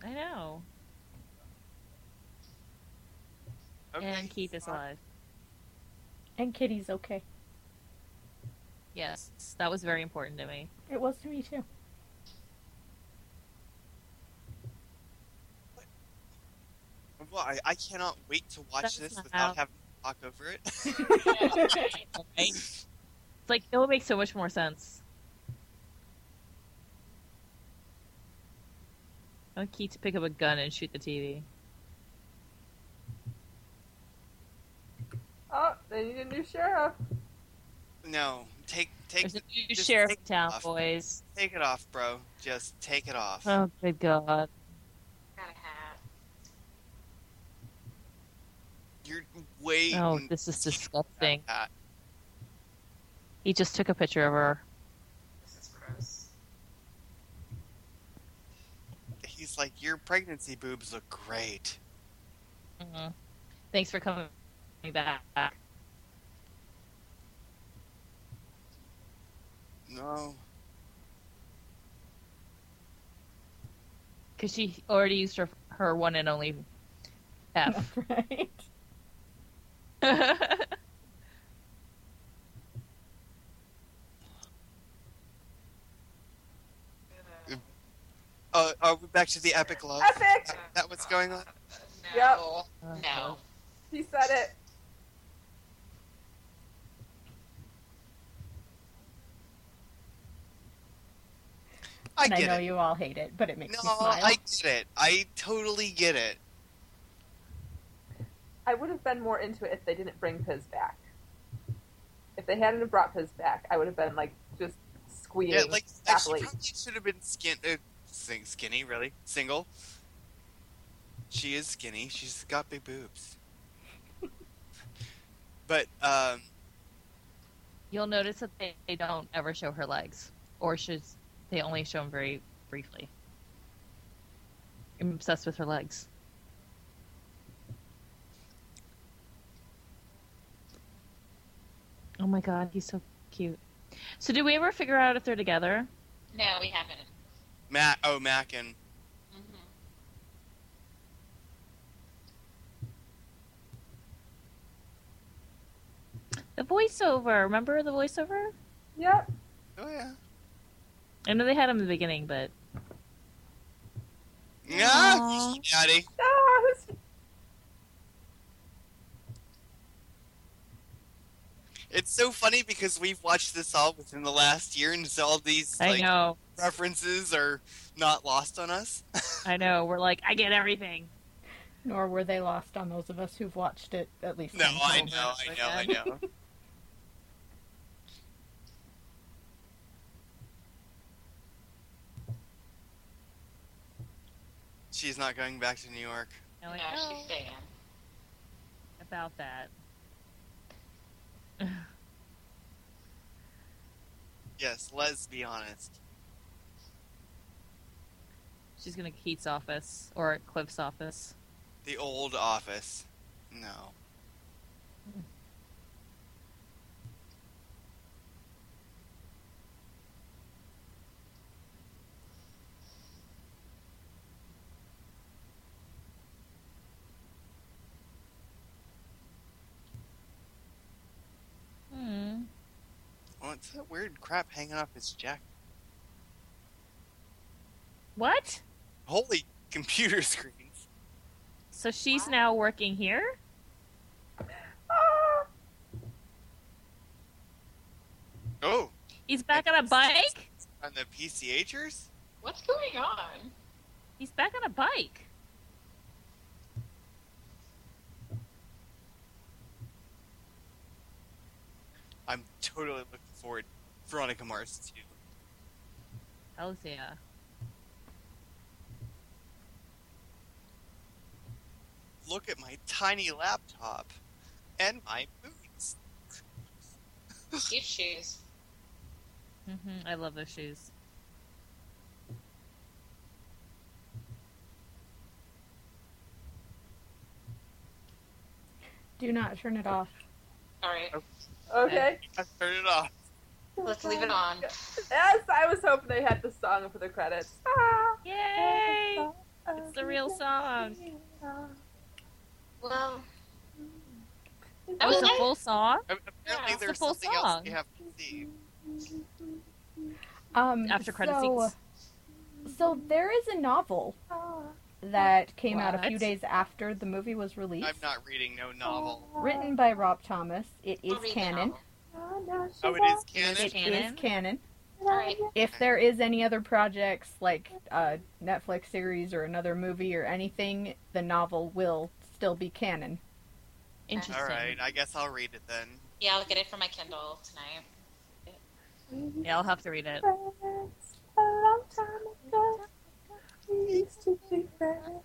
S3: I know. And Keith is alive.
S1: and Kitty's okay.
S3: Yes, that was very important to me.
S1: It was to me too.
S2: Well, I, I cannot wait to watch
S3: That's
S2: this
S3: not
S2: without
S3: how-
S2: having to talk over it.
S3: It's like it would make so much more sense. I want Keith to pick up a gun and shoot the TV.
S4: Oh, they need a new sheriff.
S2: no, take take
S3: There's a new
S2: just
S3: sheriff
S2: take
S3: in town,
S2: off.
S3: boys.
S2: take it off, bro. Just take it off.
S3: Oh, good God.
S5: Gotta have.
S2: You're way.
S3: Oh, this is disgusting. He just took a picture of her.
S5: This is gross.
S2: He's like, your pregnancy boobs look great.
S3: Mhm. Thanks for coming back.
S2: No.
S3: Because she already used her, her one and only F.
S1: right?
S5: Ugh.
S2: Uh, are we back to the epic love?
S4: Epic!
S2: Is that what's going on?
S5: No. No.
S4: He said it.
S2: I
S1: and I
S2: get
S1: know
S2: it.
S1: you all hate it, but it makes
S2: No,
S1: me smile.
S2: I get it. I totally get it.
S4: I would have been more into it if they didn't bring Piz back. If they hadn't have brought Piz back, I would have been like just squealing
S2: Yeah, like I should-
S4: happily.
S2: probably should have been skin, uh, sing, skinny, really single. She is skinny. She's got big boobs. but um,
S3: You'll notice that they, they don't ever show her legs, or should they only show them very briefly. I'm obsessed with her legs. Oh my god, he's so cute. So, did we ever figure out if they're together?
S5: No, we haven't.
S2: Mac, oh Mac and
S5: hmm
S3: The voiceover. Remember the voiceover?
S4: Yep.
S2: oh yeah,
S3: I know they had him in the beginning, but
S2: yeah,
S3: Aw.
S2: daddy.
S4: Ah, who's-
S2: It's so funny because we've watched this all within the last year, and so all these
S3: I
S2: like
S3: know,
S2: references are not lost on us.
S3: I know. We're like, I get everything.
S1: Nor were they lost on those of us who've watched it at least.
S2: No,
S1: once
S2: I
S1: over.
S2: know, I know, I know. She's not going back to New York.
S3: No,
S5: No,
S6: Oh,
S3: I know
S5: she's staying.
S3: about that.
S2: Yes, let's be honest.
S3: She's gonna Keith's office or Cliff's office.
S2: The old office. No.
S3: Hmm.
S2: What's Oh, that weird crap hanging off his jacket?
S3: What?
S2: Holy computer screens.
S6: So she's now working here.
S4: Ah,
S2: Oh,
S6: He's back on a bike.
S2: on the PCHers?
S5: What's going on?
S6: He's back on a bike.
S2: I'm totally looking forward to Veronica Mars too.
S6: Hell yeah.
S2: Look at my tiny laptop and my boots.
S5: Cute shoes.
S6: hmm I love those shoes.
S1: Do not turn it off.
S5: All right.
S2: Oh.
S4: Okay.
S2: I turned it off.
S5: Let's leave it on.
S4: Yes, I was hoping they had the song for the credits. Ah,
S6: Yay! It's the real song.
S5: Well,
S6: That was a full song
S2: I mean, Apparently,
S5: Yeah,
S6: it's the
S2: there's
S6: full
S2: something else
S6: song.
S2: we have to see.
S1: Um,
S6: after credit
S1: so,
S6: scenes.
S1: So there is a novel that came out a few
S6: What?
S1: days after the movie was released.
S2: I'm not reading
S6: Oh,
S2: no novel.
S1: Written by Rob Thomas. It is
S5: I'll read the
S1: canon.
S5: novel.
S2: Oh, it is
S6: It
S2: canon.
S6: is
S1: It
S6: Canon?
S1: is canon.
S5: All right.
S1: If there is any other projects like uh, Netflix series or another movie or anything, the novel will still be canon.
S6: Interesting.
S2: All right, I guess I'll read it then.
S5: Yeah, I'll get it from my Kindle tonight.
S6: Yeah, I'll have to read it.
S4: A long time ago, we used to be friends.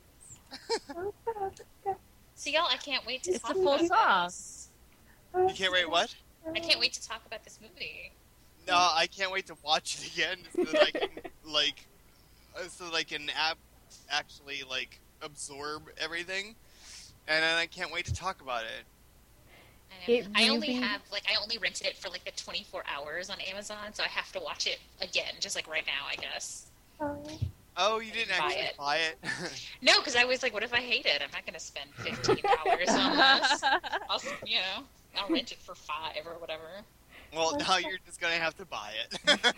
S5: So y'all, I can't wait to
S6: It's
S5: talk
S6: a full
S5: about
S6: song.
S5: This.
S2: You can't wait, what?
S5: I can't wait to talk about this movie.
S2: No, I can't wait to watch it again so that I can like, uh, so that I can ab- actually like absorb everything, and then I can't wait to talk about it.
S5: I, know.
S1: It
S5: I only
S1: really-
S5: have like I only rented it for like the 24 hours on Amazon, so I have to watch it again, just like right now, I guess.
S2: Oh, you didn't
S5: Buy
S2: actually
S5: it.
S2: buy it.
S5: No, because I was like, what if I hate it? I'm not going to spend 15 hours on this. I'll, s- you know, I'll rent it for five or whatever.
S2: well, now you're just gonna have to buy it.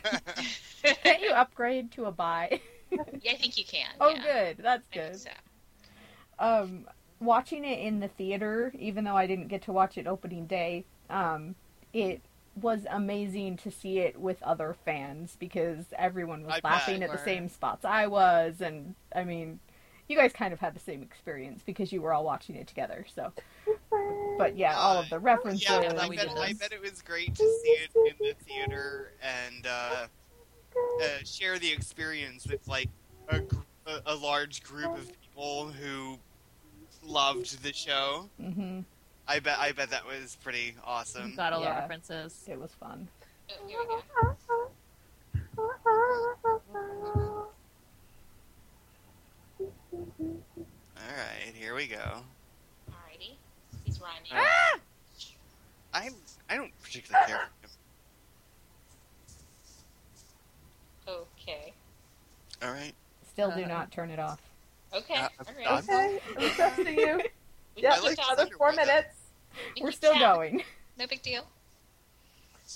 S5: yeah,
S1: Can't you upgrade to a buy?
S5: I think you can.
S1: Oh,
S5: yeah.
S1: good. That's
S5: I think
S1: good.
S5: so.
S1: Um, watching it in the theater, even though I didn't get to watch it opening day, um, it was amazing to see it with other fans because everyone was
S2: I bet.
S1: laughing at
S6: Were.
S1: the same spots I was, and I mean, you guys kind of had the same experience because you were all watching it together. So, but yeah, all of the references.
S2: Oh, yeah,
S6: Yeah,
S2: I
S6: we
S2: bet,
S6: did
S2: I
S6: this.
S2: bet it was great to see it in the theater and uh, uh, share the experience with like a, gr- a, a large group of people who loved the show.
S1: hmm
S2: I bet I bet that was pretty awesome.
S6: Got all
S1: Yeah.
S6: the references.
S1: It was fun.
S5: Oh, here we go.
S2: All right, here we go.
S5: Alrighty. He's rhyming.
S2: All right. I'm I don't particularly care.
S5: Okay.
S2: All right.
S1: Still do
S6: Uh,
S1: not turn it off.
S5: Okay.
S2: Uh,
S5: All right.
S2: I'm-
S4: Okay, I'm trusting you.
S5: We
S4: Yeah,
S5: keep
S2: like
S5: talking.
S4: another four minutes.
S5: We
S1: We're
S5: keep
S1: still
S5: chatting.
S1: going.
S5: No big deal.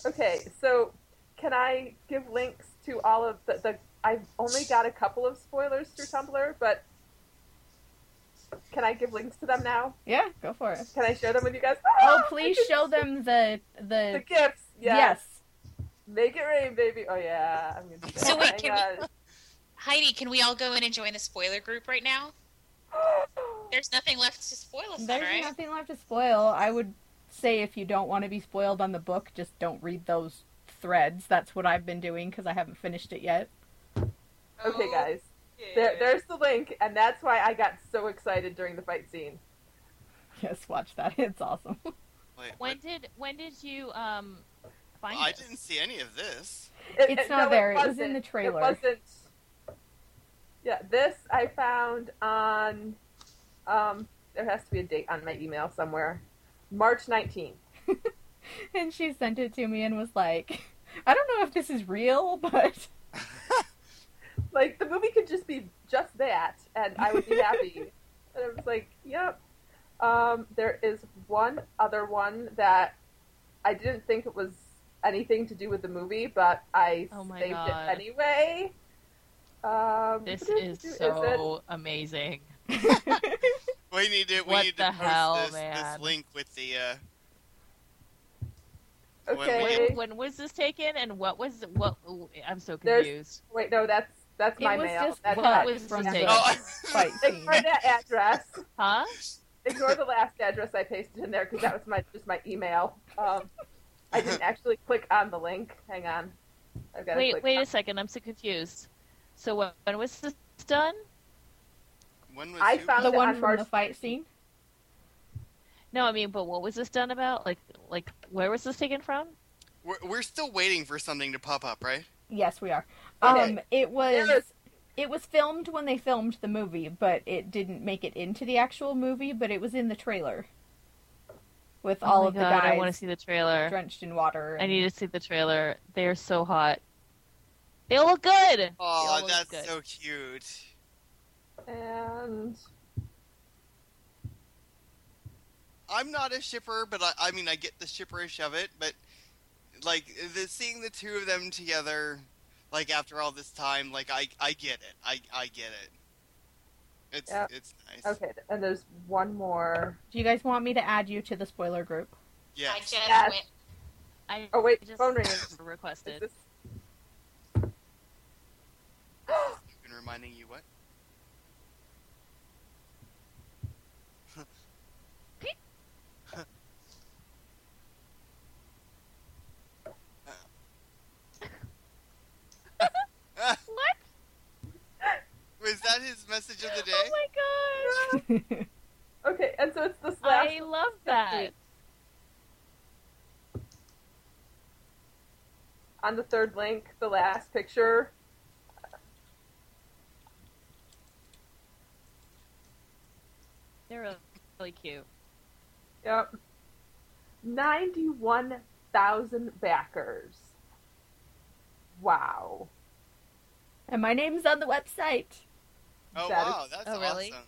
S4: Okay, so can I give links to all of the, the? I've only got a couple of spoilers through Tumblr, but can I give links to them now?
S1: Yeah, go for it.
S4: Can I share them with you guys?
S1: Oh,
S4: Ah,
S1: please
S4: I can-
S1: show them the the,
S4: the gifts. Yeah.
S1: yes.
S4: Make it rain, baby. Oh yeah, I'm gonna. Do that.
S5: So wait,
S4: Hang
S5: can
S4: on.
S5: Heidi, can we all go in and join the spoiler group right now? There's nothing left to spoil us, on,
S1: There's
S5: right?
S1: nothing left to spoil. I would say if you don't want to be spoiled on the book, just don't read those threads. That's what I've been doing because I haven't finished it yet.
S2: Oh,
S4: okay, guys. There, there's the link, and that's why I got so excited during the fight scene.
S1: Yes, watch that. It's awesome.
S2: Wait,
S6: When
S2: what?
S6: did when did you um find
S2: I
S6: this?
S2: didn't see any of this.
S4: It-
S1: It's
S4: it-
S1: not
S4: no,
S1: there. It was
S4: wasn't.
S1: in the trailer.
S4: It wasn't. Yeah, this I found on. Um, there has to be a date on my email somewhere. March 19th.
S1: and she sent it to me and was like, I don't know if this is real, but
S4: Like the movie could just be just that, and I would be happy. and I was like, "Yep." Um, there is one other one that I didn't think it was anything to do with the movie, but I
S6: Oh my
S4: saved
S6: God.
S4: it anyway. Um,
S6: This is
S4: it?
S6: so amazing.
S2: We need to. We
S7: What
S2: need
S7: the
S2: to post
S7: hell,
S2: this, this
S7: man?
S2: link with the. Uh, when
S4: Okay.
S2: we
S3: When,
S2: get-
S3: when was this taken and what was what? I'm so
S4: There's-
S3: confused.
S4: Wait, no, that's that's
S1: It
S4: my
S1: was
S4: mail.
S1: just
S4: That's
S1: what
S4: not-
S3: What was
S1: from
S3: this
S1: the-
S3: taken?
S2: oh,
S1: fight scene.
S4: Ignore that address.
S3: Huh?
S4: Ignore the last address I pasted in there because that was my just my email. Um, I didn't actually click on the link. Hang on, I've got
S3: Wait,
S4: click
S3: wait
S4: on-
S3: a second. I'm so confused. So when, when was this done?
S2: when was
S4: I
S2: who-
S4: found
S1: The
S4: it
S1: one
S4: on
S1: from
S4: March-
S1: the fight scene.
S3: No, I mean, but what was this done about? Like, like where was this taken from?
S2: We're, we're still waiting for something to pop up, right?
S1: Yes, we are.
S4: Okay.
S1: Um, it
S4: There
S1: was
S4: was-
S1: it was filmed when they filmed the movie, but it didn't make it into the actual movie. But it was in the trailer with all
S3: oh my
S1: of the
S3: God,
S1: guys
S3: I want to see the trailer.
S1: drenched in water.
S3: I
S1: and-
S3: need to see the trailer. They are so hot. They all look good. They all
S2: Oh,
S3: look
S2: that's
S3: good.
S2: so cute.
S4: and
S2: I'm not a shipper, but I, I mean, I get the shipperish of it. But like the seeing the two of them together, like after all this time, like I I get it. I I get it. It's
S4: Yeah.
S2: it's nice.
S4: okay, and there's one more.
S1: Do you guys want me to add you to the spoiler group?
S2: Yeah.
S5: I just
S4: Yes.
S5: went.
S3: I
S4: Oh wait,
S3: just
S4: phone ringing. Is
S3: requested.
S4: this-
S2: Been reminding you what?
S3: What?
S2: Was that his message of the day?
S3: Oh my gosh!
S4: Okay, and so it's this last.
S3: I love that.
S4: on the third link, the last picture.
S3: They're really, really cute.
S4: Yep. 91,000 backers. Wow.
S1: And my name's on the website.
S2: oh
S4: That
S2: wow, that's
S3: oh, really?
S2: awesome.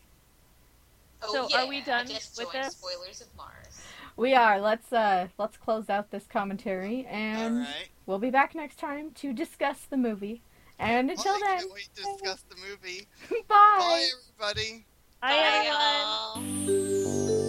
S5: Oh,
S3: So,
S5: yeah,
S3: are we done
S5: I just
S3: with
S5: joined
S3: this?
S5: Spoilers of Mars.
S1: We are. Let's uh let's close out this commentary and
S2: all right.
S1: we'll be back next time to discuss the movie. And until
S2: Well, I
S1: then,
S2: can't wait to discuss the movie.
S1: bye.
S2: Bye everybody.
S3: I
S5: Bye, y'all.
S1: Bye.